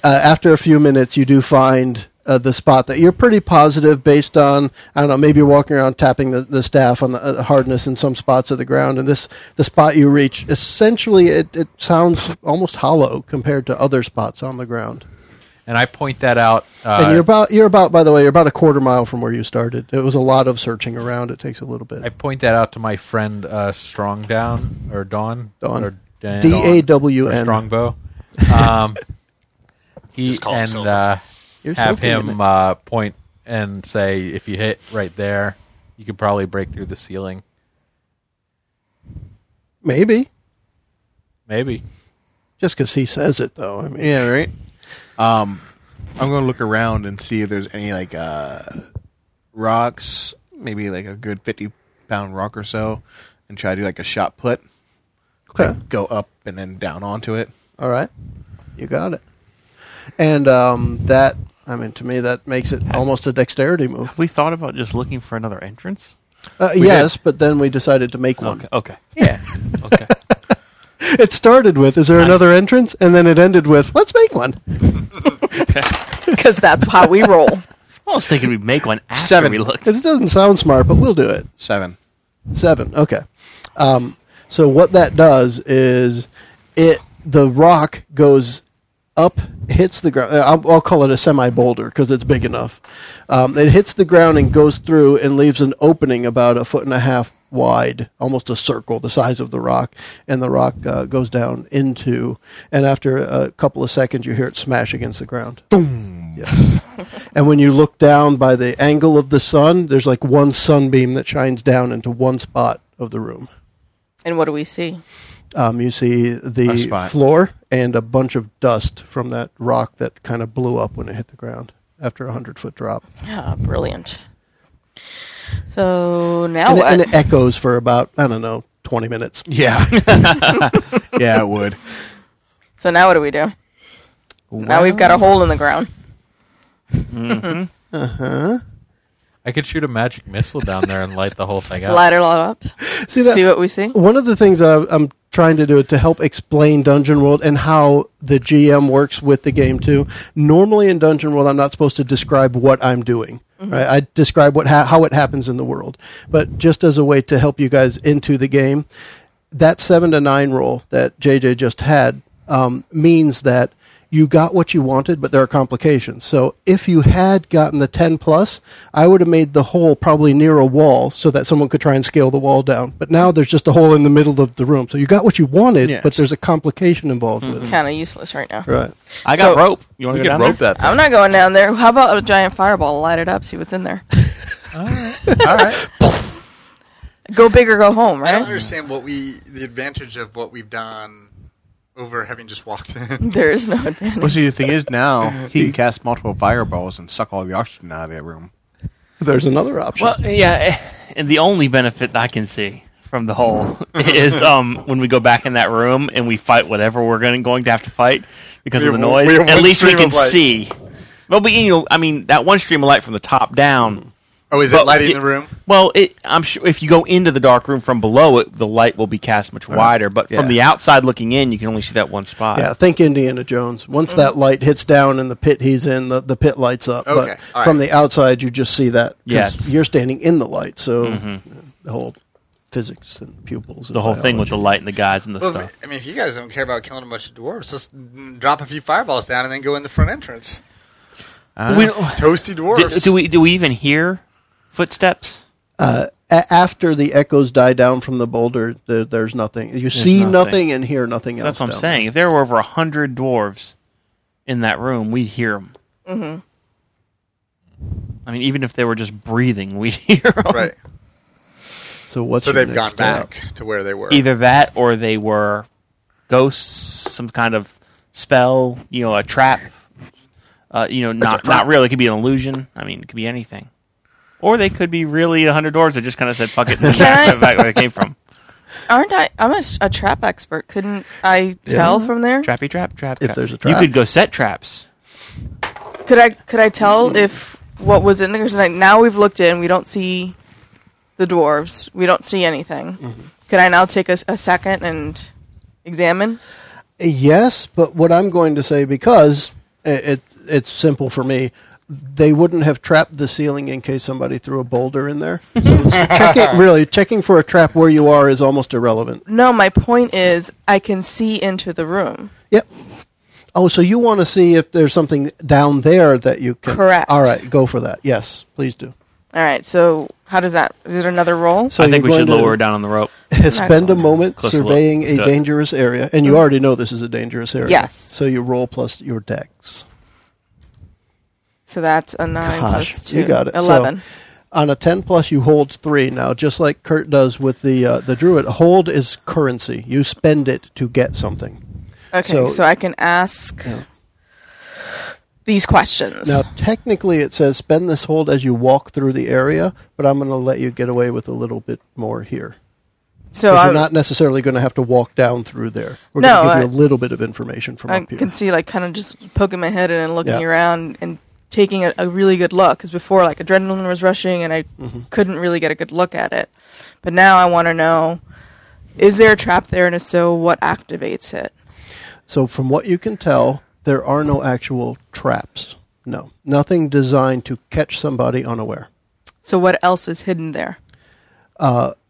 Speaker 1: after a few minutes, you do find uh, the spot that you're pretty positive based on. I don't know, maybe you're walking around tapping the, the staff on the uh, hardness in some spots of the ground, and this the spot you reach essentially it, it sounds almost hollow compared to other spots on the ground.
Speaker 5: and I point that out. Uh,
Speaker 1: and you're about you're about by the way you're about a quarter mile from where you started. It was a lot of searching around. It takes a little
Speaker 5: I
Speaker 1: bit.
Speaker 5: point that out to my friend uh, Strong Down or Dawn.
Speaker 1: Dawn.
Speaker 5: Or Dan-
Speaker 1: D A W
Speaker 5: Dawn, or
Speaker 1: N.
Speaker 5: Strongbow. Um, he
Speaker 4: Just call him
Speaker 5: and
Speaker 4: Sylvan.
Speaker 5: uh,
Speaker 1: You're so
Speaker 5: have
Speaker 1: good,
Speaker 5: him
Speaker 1: man.
Speaker 5: uh, point and say, if you hit right there, you could probably break through the ceiling.
Speaker 1: Maybe
Speaker 5: Maybe.
Speaker 1: just because he says it though. I mean,
Speaker 2: Yeah, right. Um, I'm gonna look around and see if there's any like uh rocks, maybe like a good fifty pound rock or so, and try to do like a shot put.
Speaker 1: Okay.
Speaker 2: Like, go up and then down onto it.
Speaker 1: All right, you got it. And um, that, I mean, to me, that makes it almost a dexterity move.
Speaker 6: We thought about just looking for another entrance.
Speaker 1: Uh, yes, but then we decided to make one.
Speaker 6: Okay. Okay. Yeah. okay.
Speaker 1: It started with, "Is there another entrance?" and then it ended with, "Let's make one."
Speaker 3: Because that's how we roll.
Speaker 6: I was thinking we'd make one after
Speaker 2: Seven.
Speaker 6: we looked.
Speaker 1: It doesn't sound smart, but we'll do it.
Speaker 2: Seven.
Speaker 1: Seven. Okay. Um, so what that does is it the rock goes up, hits the ground. uh, I'll, I'll call it a semi boulder because it's big enough. Um, it hits the ground and goes through and leaves an opening about a foot and a half wide, almost a circle, the size of the rock. And the rock uh, goes down into. And after a couple of seconds, you hear it smash against the ground. And when you look down by the angle of the sun, there's like one sunbeam that shines down into one spot of the room.
Speaker 3: And what do we see?
Speaker 1: Um, you see
Speaker 2: A
Speaker 1: the
Speaker 2: spot.
Speaker 1: floor and a bunch of dust from that rock that kind of blew up when it hit the ground after a hundred foot drop.
Speaker 3: Ah, brilliant. So now
Speaker 1: And, it,
Speaker 3: what?
Speaker 1: and it echoes for about, I don't know, 20 minutes.
Speaker 2: Yeah. yeah, it would.
Speaker 3: so now what do we do? Now we've got a hole in the ground.
Speaker 5: I could shoot a magic missile down there and light the whole thing up.
Speaker 3: Light it all up.
Speaker 1: See that?
Speaker 3: See what we see.
Speaker 1: one of the things that I'm- I'm trying to do to help explain Dungeon World and how the GM works with the game too. Normally in Dungeon World, I'm not supposed to describe what I'm doing. Right? I describe what ha- how it happens in the world, but just as a way to help you guys into the game, that seven to nine roll that JJ just had um, means that you got what you wanted, but there are complications. So if you had gotten the 10 plus, I would have made the hole probably near a wall so that someone could try and scale the wall down. But now there's just a hole in the middle of the room. So you got what you wanted,
Speaker 2: Yes.
Speaker 1: but there's a complication involved
Speaker 6: Mm-hmm.
Speaker 1: with it.
Speaker 3: Kind of useless right now.
Speaker 1: Right.
Speaker 6: I
Speaker 3: So-
Speaker 6: got rope. You want
Speaker 5: We
Speaker 6: to
Speaker 5: could
Speaker 6: go down
Speaker 5: rope
Speaker 6: there?
Speaker 5: that
Speaker 3: I'm not going down there. How about a giant fireball? Light it up. See what's in there.
Speaker 5: All right.
Speaker 3: Go big or go home,
Speaker 8: I don't
Speaker 3: right?
Speaker 8: understand what we the advantage of what we've done over having just walked in.
Speaker 3: There is no advantage.
Speaker 2: Well, see, the thing is now he can cast multiple fireballs and suck all the oxygen out of that room.
Speaker 1: There's another option.
Speaker 6: Well, yeah, eh, and the only benefit I can see from the whole is um when we go back in that room and we fight whatever we're going going to have to fight because of the
Speaker 8: have one-
Speaker 6: noise.
Speaker 8: we have
Speaker 6: At
Speaker 8: one
Speaker 6: least we
Speaker 8: stream
Speaker 6: can
Speaker 8: of light.
Speaker 6: see. Well, but you know, I mean, that one stream of light from the top down.
Speaker 8: Oh, is
Speaker 6: But
Speaker 8: it lighting
Speaker 6: it-
Speaker 8: the room?
Speaker 6: Well, it, I'm sure if you go into the dark room from below, it, the light will be cast
Speaker 8: Uh-huh.
Speaker 6: much wider. But from
Speaker 1: Yeah.
Speaker 6: the outside looking in, you can only see that one spot.
Speaker 1: yeah, think Indiana Jones.
Speaker 6: mm.
Speaker 1: Once that light hits down in the pit he's in, the, the pit lights up.
Speaker 8: Okay,
Speaker 1: But
Speaker 8: all
Speaker 1: from
Speaker 8: right.
Speaker 1: the outside, you just see that. 'cause
Speaker 6: Yes. Mm-hmm.
Speaker 1: You're standing in the light, so uh, the whole physics and pupils. And
Speaker 6: The whole thing with the
Speaker 1: biology.
Speaker 6: light and the guys and the
Speaker 8: Well,
Speaker 6: stuff.
Speaker 8: I mean, if you guys don't care about killing a bunch of dwarves, let's drop a few fireballs down and then go in the front entrance.
Speaker 6: We don't-
Speaker 8: Toasty
Speaker 6: do,
Speaker 8: dwarves.
Speaker 6: do we do we even hear footsteps?
Speaker 1: A- after the echoes die down from the boulder, there, there's nothing. You see nothing.
Speaker 6: nothing.
Speaker 1: and hear nothing else.
Speaker 6: That's what I'm
Speaker 1: down
Speaker 6: saying. If there were over a hundred dwarves in that room, we'd hear them. Mm-hmm. I mean, even if they were just breathing, we'd hear 'em.
Speaker 8: right.
Speaker 1: there. So what's
Speaker 8: So
Speaker 1: your
Speaker 8: they've gone
Speaker 1: next step?
Speaker 8: back to where they were.
Speaker 6: Either that, or they were ghosts, some kind of spell, you know, a trap. Uh, you know, not not real. It could be an illusion. I mean, it could be anything. Or they could be really a hundred dwarves that just kind of said "fuck it" and went
Speaker 3: Can
Speaker 6: back, back where it came from.
Speaker 3: Aren't I? I'm a, a trap expert. Couldn't I tell from there?
Speaker 6: Trappy trap, trap.
Speaker 1: If
Speaker 6: trap.
Speaker 1: there's a
Speaker 6: you
Speaker 1: trap.
Speaker 6: could go set traps.
Speaker 3: Could I? Could I tell if what was in there? 'Cause Like now we've looked in, we don't see the dwarves. We don't see anything. Could I now take a, a second and examine?
Speaker 1: Uh, Yes, but what I'm going to say because it, it it's simple for me. They wouldn't have trapped the ceiling in case somebody threw a boulder in there. So it's- check it, really, checking for a trap where you are is almost irrelevant.
Speaker 3: No, my point is I can see into the room.
Speaker 1: Yep. Oh, so you want to see if there's something down there that you can.
Speaker 3: Correct.
Speaker 1: All right, go for that. Yes, please do.
Speaker 3: All right. So how does that? Is it another roll?
Speaker 1: So
Speaker 6: I think
Speaker 1: you're
Speaker 6: we should
Speaker 1: going to
Speaker 6: lower her down on the rope.
Speaker 1: Spend a moment
Speaker 6: Close look.
Speaker 1: surveying a
Speaker 6: Do it.
Speaker 1: dangerous area, and you already know this is a dangerous area.
Speaker 3: Mm-hmm. Yes.
Speaker 1: So you roll plus your dex.
Speaker 3: So that's a nine
Speaker 1: Gosh,
Speaker 3: plus two.
Speaker 1: you got it. So,
Speaker 3: Eleven.
Speaker 1: on a 10 plus you hold 3 now just like kurt does with the uh, the druid hold is currency you spend it to get something
Speaker 3: okay.
Speaker 1: so-
Speaker 3: So, I can ask these questions.
Speaker 1: now technically it says spend this hold as you walk through the area but i'm going to let you get away with a little bit more here
Speaker 3: so
Speaker 1: 'Cause
Speaker 3: I,
Speaker 1: you're not necessarily going to have to walk down through there we're
Speaker 3: No,
Speaker 1: going to
Speaker 3: I-
Speaker 1: give you a little bit of information from
Speaker 3: I
Speaker 1: up here
Speaker 3: can see like kind of just poking my head in and looking
Speaker 1: Yeah.
Speaker 3: around and taking a, a really good look because before like adrenaline was rushing and I
Speaker 1: Mm-hmm.
Speaker 3: couldn't really get a good look at it, but now I want to know: is there a trap there, and if so, what activates it?
Speaker 1: So, from what you can tell, there are no actual traps. No, nothing designed to catch somebody unaware.
Speaker 3: So what else is hidden there?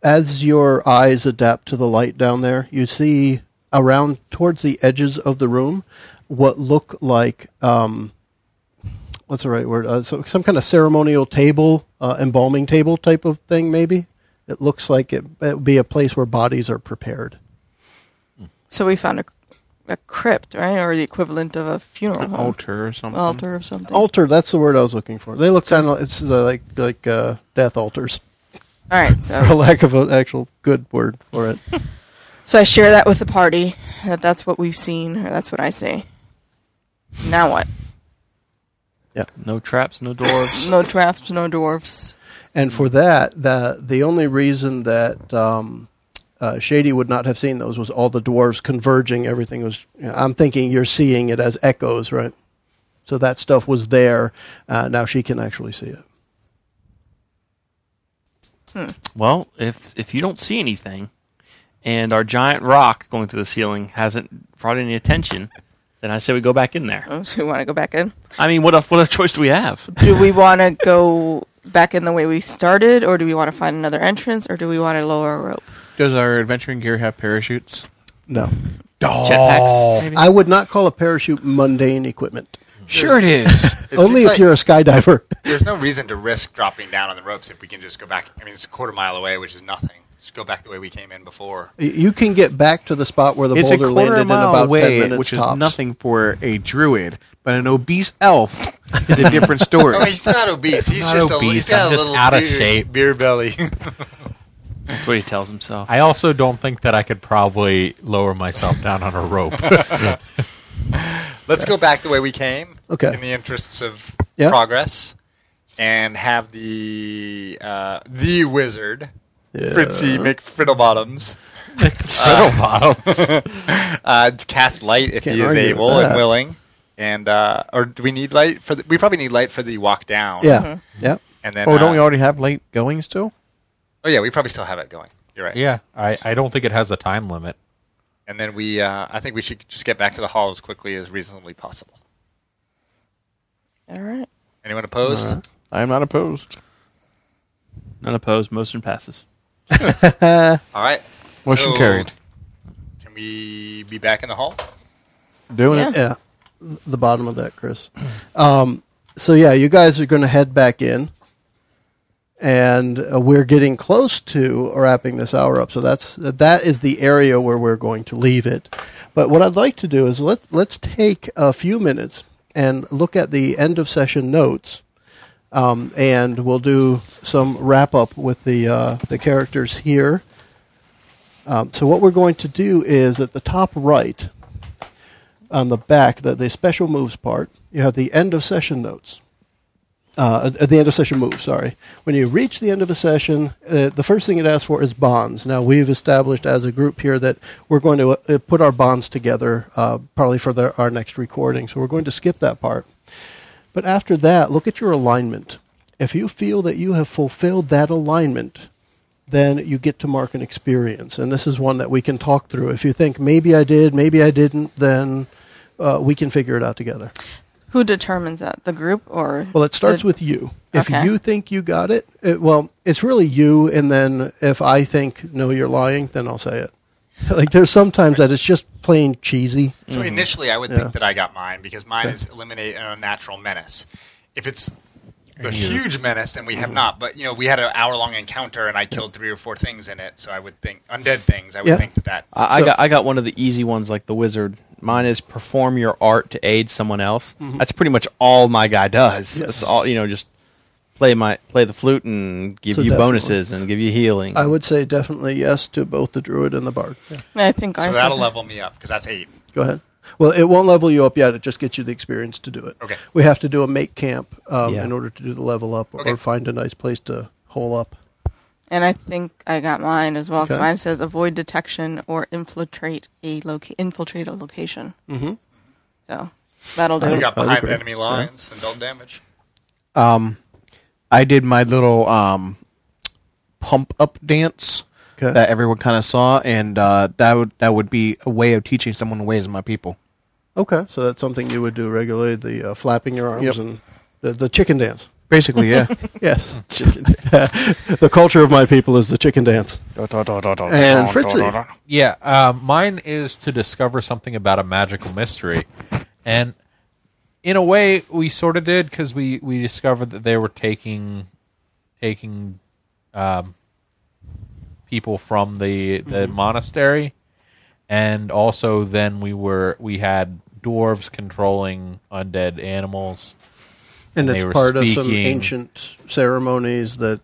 Speaker 1: As your eyes adapt to the light down there, you see around towards the edges of the room what look like um, what's the right word? Uh, so some kind of ceremonial table, uh, embalming table type of thing, maybe. It looks like it, it would be a place where bodies are prepared.
Speaker 3: So we found a, a crypt, right, or the equivalent of a funeral home.
Speaker 6: Altar or something.
Speaker 3: Uh-huh. altar or something.
Speaker 1: Altar, that's the word I was looking for. They look kind of it's uh, like like uh, death altars.
Speaker 3: All right,
Speaker 1: for
Speaker 3: so
Speaker 1: lack of an actual good word for it.
Speaker 3: so I share that with the party that that's what we've seen, or that's what I see. Now what?
Speaker 6: No traps, no dwarves.
Speaker 3: No traps, no dwarfs.
Speaker 1: And for that, the the only reason that um, uh, Shady would not have seen those was all the dwarves converging. Everything was. You know, I'm thinking you're seeing it as echoes, right? So that stuff was there. Uh, now she can actually see it.
Speaker 6: well, if if you don't see anything, and our giant rock going through the ceiling hasn't brought any attention, then I say we go back in there.
Speaker 3: Oh, so we want to go back in.
Speaker 6: I mean, what a, what a choice do we have?
Speaker 3: Do we want to go back in the way we started, or do we want to find another entrance, or do we want to lower a rope?
Speaker 2: Does our adventuring gear have parachutes?
Speaker 1: No,
Speaker 6: Jetpacks? Oh. Maybe?
Speaker 1: I would not call a parachute mundane equipment.
Speaker 2: Sure, it is.
Speaker 8: It
Speaker 1: Only
Speaker 8: seems
Speaker 1: if
Speaker 8: like
Speaker 1: you're a skydiver.
Speaker 8: There's no reason to risk dropping down on the ropes if we can just go back. I mean, it's a quarter mile away, which is nothing. Just go back the way we came in before.
Speaker 1: Y- you can get back to the spot where the
Speaker 2: it's a
Speaker 1: boulder landed
Speaker 2: quarter
Speaker 1: in
Speaker 2: mile
Speaker 1: about ten
Speaker 2: away,
Speaker 1: minutes
Speaker 2: which
Speaker 1: tops.
Speaker 2: is nothing for a druid, but an obese elf is a different story.
Speaker 8: Oh, he's not obese. He's
Speaker 5: not
Speaker 8: just a,
Speaker 5: obese.
Speaker 8: he's got
Speaker 5: I'm
Speaker 8: a
Speaker 5: just
Speaker 8: little
Speaker 5: out of
Speaker 8: beer,
Speaker 5: shape.
Speaker 8: beer belly.
Speaker 6: That's what he tells himself.
Speaker 5: I also don't think that I could probably lower myself down on a rope.
Speaker 4: Let's go back the way we came.
Speaker 1: Okay.
Speaker 4: In the interests of
Speaker 1: Yeah.
Speaker 4: progress, and have the uh, the wizard Fritzy McFriddlebottoms uh, to cast light if
Speaker 1: Can't
Speaker 4: he is
Speaker 1: argue with
Speaker 4: able and
Speaker 1: that.
Speaker 4: willing. And uh, or do we need light for the? We probably need light for the walk down.
Speaker 1: Yeah. Yeah.
Speaker 4: And then
Speaker 2: Oh, don't
Speaker 4: uh,
Speaker 2: we already have late going still?
Speaker 4: Oh yeah, we probably still have it going. You're right.
Speaker 5: yeah, I, I don't think it has a time limit.
Speaker 4: And then we, uh, I think we should just get back to the hall as quickly as reasonably possible.
Speaker 7: All right.
Speaker 4: Anyone opposed?
Speaker 2: I am not opposed.
Speaker 6: None opposed. Motion passes.
Speaker 4: All right.
Speaker 2: Motion
Speaker 4: So,
Speaker 2: carried.
Speaker 4: Can we be back in the hall?
Speaker 1: Doing it. Yeah. The bottom of that, Chris. Um, so, yeah, you guys are going to head back in. And uh, we're getting close to wrapping this hour up. So that's that is the area where we're going to leave it. But what I'd like to do is let let's take a few minutes and look at the end of session notes, um, and we'll do some wrap up with the uh, the characters here. Um, so what we're going to do is at the top right, on the back, the, the special moves part, you have the end of session notes. Uh, at- at the end of session moves, sorry. When you reach the end of a session, uh, the first thing it asks for is bonds. Now, we've established as a group here that we're going to uh, put our bonds together uh, probably for the, our next recording. So we're going to skip that part. But after that, look at your alignment. If you feel that you have fulfilled that alignment, then you get to mark an experience. And this is one that we can talk through. If you think maybe I did, maybe I didn't, then uh, we can figure it out together.
Speaker 7: Who determines that? The group or?
Speaker 1: Well, it starts
Speaker 7: the-
Speaker 1: with you. If
Speaker 7: Okay.
Speaker 1: you think you got it, it, well, it's really you. And then if I think, no, you're lying, then I'll say it. Like there's sometimes that it's just plain cheesy.
Speaker 4: So initially, I would
Speaker 1: Mm-hmm. Yeah.
Speaker 4: think that I got mine because mine is eliminate an unnatural menace. If it's the huge menace, then we have not. But you know, we had an hour-long encounter, and I killed three or four things in it. So I would think undead things. I would
Speaker 1: Yeah.
Speaker 4: think that that.
Speaker 6: I, I
Speaker 1: So-
Speaker 6: got I got one of the easy ones like the wizard. Mine is perform your art to aid someone else.
Speaker 2: Mm-hmm.
Speaker 6: That's pretty much all my guy does. That's all you know. Just play my play the flute and give
Speaker 1: So
Speaker 6: you
Speaker 1: definitely.
Speaker 6: bonuses and give you healing.
Speaker 1: I would say definitely yes to both the druid and the bard. Yeah.
Speaker 7: I think I
Speaker 4: so
Speaker 7: said
Speaker 4: that'll
Speaker 7: that.
Speaker 4: level me up because that's eight.
Speaker 1: Go ahead. Well, it won't level you up yet. It just gets you the experience to do it.
Speaker 4: Okay.
Speaker 1: We have to do a make camp um,
Speaker 6: Yeah.
Speaker 1: in order to do the level up or
Speaker 4: Okay.
Speaker 1: find a nice place to hole up.
Speaker 7: And I think I got mine as well because
Speaker 1: Okay.
Speaker 7: mine says avoid detection or infiltrate a loca- infiltrate a location. Mm-hmm. So that'll
Speaker 4: We
Speaker 7: do.
Speaker 4: got
Speaker 1: that'd be
Speaker 4: behind
Speaker 1: great.
Speaker 4: enemy lines and dealt damage.
Speaker 2: Um, I did my little um, pump up dance
Speaker 1: 'Kay.
Speaker 2: that everyone kind of saw, and uh, that would that would be a way of teaching someone ways of my people.
Speaker 1: Okay. So that's something you would do regularly the uh, flapping your arms
Speaker 2: Yep.
Speaker 1: and the, the chicken dance.
Speaker 2: Basically, yeah.
Speaker 1: Yes. the culture of my people is the chicken dance. And Fritzy.
Speaker 5: Yeah, um, mine is to discover something about a magical mystery, and in a way, we sort of did because we we discovered that they were taking taking um, people from the the monastery, and also then we were we had dwarves controlling undead animals.
Speaker 1: And
Speaker 5: They
Speaker 1: it's
Speaker 5: were
Speaker 1: part of some
Speaker 5: speaking-
Speaker 1: ancient ceremonies that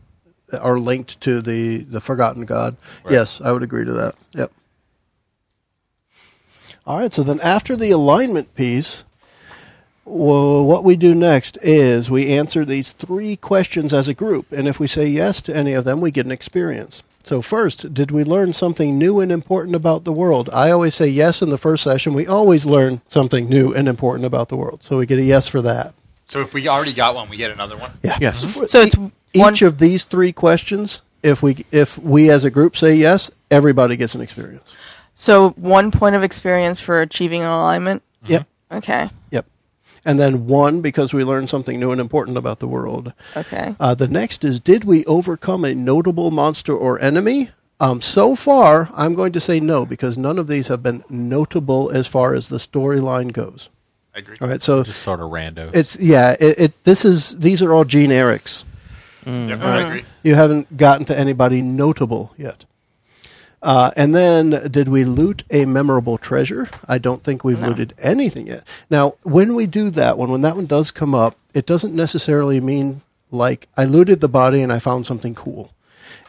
Speaker 1: are linked to the, the forgotten god. Yes, I would agree to that. Yep. All right. So then after the alignment piece, well, what we do next is we answer these three questions as a group. And if we say yes to any of them, we get an experience. So, first, did we learn something new and important about the world? I always say yes in the first session. We always learn something new and important about the world. So, we get a yes for that.
Speaker 4: So if we already got one, we get another one.
Speaker 1: Yeah.
Speaker 2: Yes.
Speaker 1: For
Speaker 7: So it's
Speaker 1: e-
Speaker 7: one-
Speaker 1: each of these three questions. If we if we as a group say yes, everybody gets an experience.
Speaker 7: So one point of experience for achieving an alignment.
Speaker 4: Mm-hmm.
Speaker 1: Yep.
Speaker 7: Okay.
Speaker 1: Yep. And then one because we learned something new and important about the world.
Speaker 7: Okay.
Speaker 1: Uh, the next is did we overcome a notable monster or enemy? Um, so far, I'm going to say no because none of these have been notable as far as the storyline goes.
Speaker 4: I agree.
Speaker 1: All right, so
Speaker 5: Just sort of random.
Speaker 1: it's yeah, it, it this is these are all generics. Uh,
Speaker 4: Yep, I agree.
Speaker 1: You haven't gotten to anybody notable yet. Uh, and then, did we loot a memorable treasure? I don't think we've looted anything yet. Now, when we do that one, when that one does come up, it doesn't necessarily mean like I looted the body and I found something cool.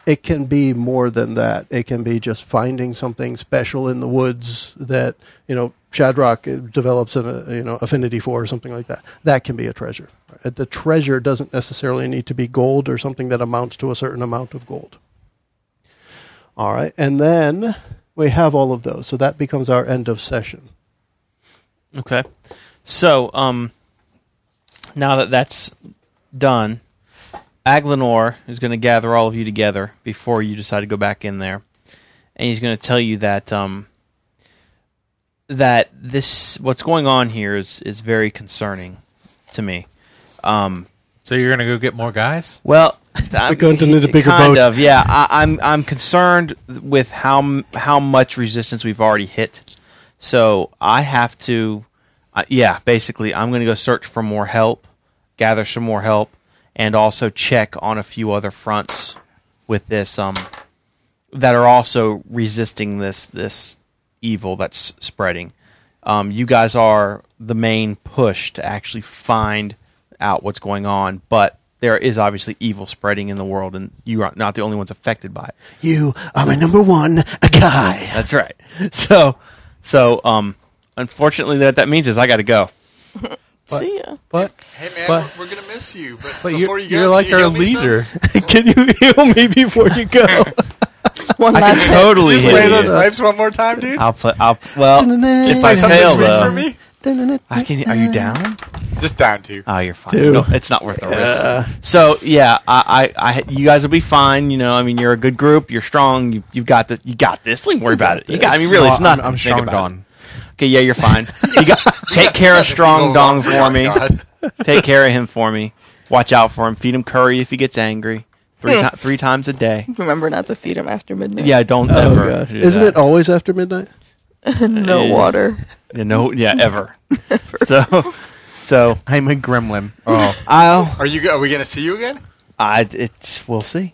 Speaker 1: it can be more than that. It can be just finding something special in the woods that you know Shadrock develops an uh, you know affinity for or something like that. That can be a treasure. Uh, The treasure doesn't necessarily need to be gold or something that amounts to a certain amount of gold. All right, and then we have all of those, so that becomes our end of session.
Speaker 6: Okay. So, um, now that that's done, Aglinor is going to gather all of you together before you decide to go back in there, and he's going to tell you that um, that this what's going on here is is very concerning to me. Um,
Speaker 5: So you're gonna go get more guys?
Speaker 6: well, I'm,
Speaker 1: going to need a bigger
Speaker 6: kind
Speaker 1: boat.
Speaker 6: of, yeah, I, I'm I'm concerned with how m- how much resistance we've already hit. So I have to, uh, yeah, basically, I'm going to go search for more help, gather some more help, and also check on a few other fronts with this um that are also resisting this this evil that's spreading. Um, you guys are the main push to actually find out what's going on, but there is obviously evil spreading in the world, and you are not the only ones affected by it.
Speaker 1: You are my number one, a guy.
Speaker 6: That's right. So, so um, unfortunately, that that means is I got to go.
Speaker 7: See ya.
Speaker 5: But
Speaker 2: Hey man,
Speaker 5: But-
Speaker 2: we're, we're gonna miss you. But,
Speaker 5: but you're,
Speaker 2: before you go,
Speaker 5: you are
Speaker 2: can
Speaker 5: like
Speaker 2: you
Speaker 5: our
Speaker 2: heal me some?
Speaker 5: leader.
Speaker 6: Can you heal me before you go?
Speaker 7: One last hit.
Speaker 6: totally.
Speaker 2: Play
Speaker 6: heal
Speaker 2: those
Speaker 6: you.
Speaker 2: pipes one more time, dude.
Speaker 6: I'll play. I'll well. If I
Speaker 2: Play something
Speaker 6: fail
Speaker 2: sweet for
Speaker 6: though,
Speaker 2: me.
Speaker 6: I can. Are you down?
Speaker 2: Just down to.
Speaker 6: Oh, you're fine.
Speaker 1: Dude.
Speaker 6: No, it's not worth the risk. So yeah, I, I, I, you guys will be fine. You know, I mean, you're a good group. You're strong. You, you've got this. You got this. Don't even worry about it. You got. I mean, really, it's
Speaker 4: No, I'm-
Speaker 6: nothing.
Speaker 4: I'm
Speaker 6: Think
Speaker 4: strong
Speaker 6: about
Speaker 4: Don.
Speaker 6: it. Okay, yeah, you're fine. You got. Take care of strong Dong for
Speaker 1: Oh
Speaker 6: me. Take care of him for me. Watch out for him. Feed him curry if he gets angry. Three ti- three times a day.
Speaker 7: Remember not to feed him after midnight.
Speaker 6: Yeah, don't
Speaker 1: Oh
Speaker 6: ever.
Speaker 1: gosh,
Speaker 6: do
Speaker 1: isn't it
Speaker 6: that.
Speaker 1: always after midnight?
Speaker 7: No
Speaker 6: Yeah.
Speaker 7: water.
Speaker 6: Yeah, no, yeah, ever. So, so
Speaker 4: I'm a gremlin. Oh,
Speaker 6: I'll.
Speaker 2: Are you? go- Are we gonna see you again?
Speaker 6: I. It's. We'll see.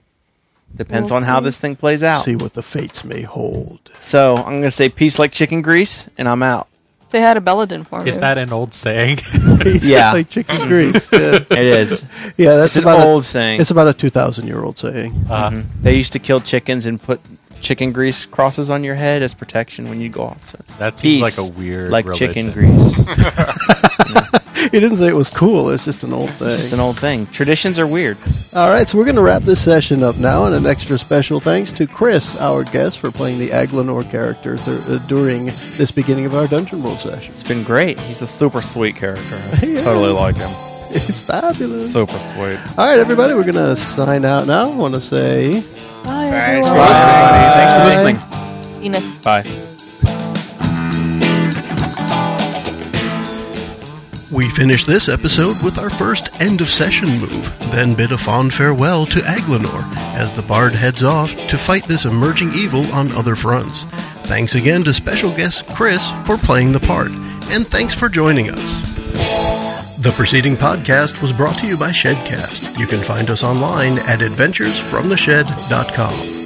Speaker 6: Depends
Speaker 7: We'll
Speaker 6: on how
Speaker 7: see.
Speaker 6: this thing plays out.
Speaker 1: See what the fates may hold.
Speaker 6: So I'm gonna say peace like chicken grease, and I'm out.
Speaker 7: Say hi to Belladin for me.
Speaker 5: Is that an old saying?
Speaker 1: He's
Speaker 6: Yeah.
Speaker 1: like chicken grease. Yeah,
Speaker 6: It is.
Speaker 1: Yeah, that's
Speaker 6: It's an
Speaker 1: about a-
Speaker 6: old saying. Um,
Speaker 1: It's about a 2,000 year old saying.
Speaker 5: Uh,
Speaker 6: they used to kill chickens and put chicken grease crosses on your head as protection when you go off. So it's
Speaker 5: That seems
Speaker 6: peace
Speaker 5: like a weird
Speaker 6: like
Speaker 5: religion.
Speaker 6: chicken grease.
Speaker 1: He didn't say it was cool, it's just an old thing.
Speaker 6: It's an old thing. Traditions are weird.
Speaker 1: All right, so we're going to wrap this session up now, and an extra special thanks to Chris, our guest, for playing the Aglinor character th- uh, during this beginning of our Dungeon World session.
Speaker 6: It's been great. He's a super sweet character. I totally like him.
Speaker 1: It's fabulous.
Speaker 4: super sweet.
Speaker 1: All right, everybody, we're going to sign out now. I want to say.
Speaker 7: Bye,
Speaker 2: Thanks for
Speaker 7: everyone.
Speaker 4: Thanks for listening.
Speaker 7: Venus.
Speaker 6: Bye.
Speaker 1: We finish this episode with our first end of session move, then bid a fond farewell to Aglinor as the bard heads off to fight this emerging evil on other fronts. Thanks again to special guest Chris for playing the part, and thanks for joining us. The preceding podcast was brought to you by Shedcast. You can find us online at adventuresfromtheshed.com.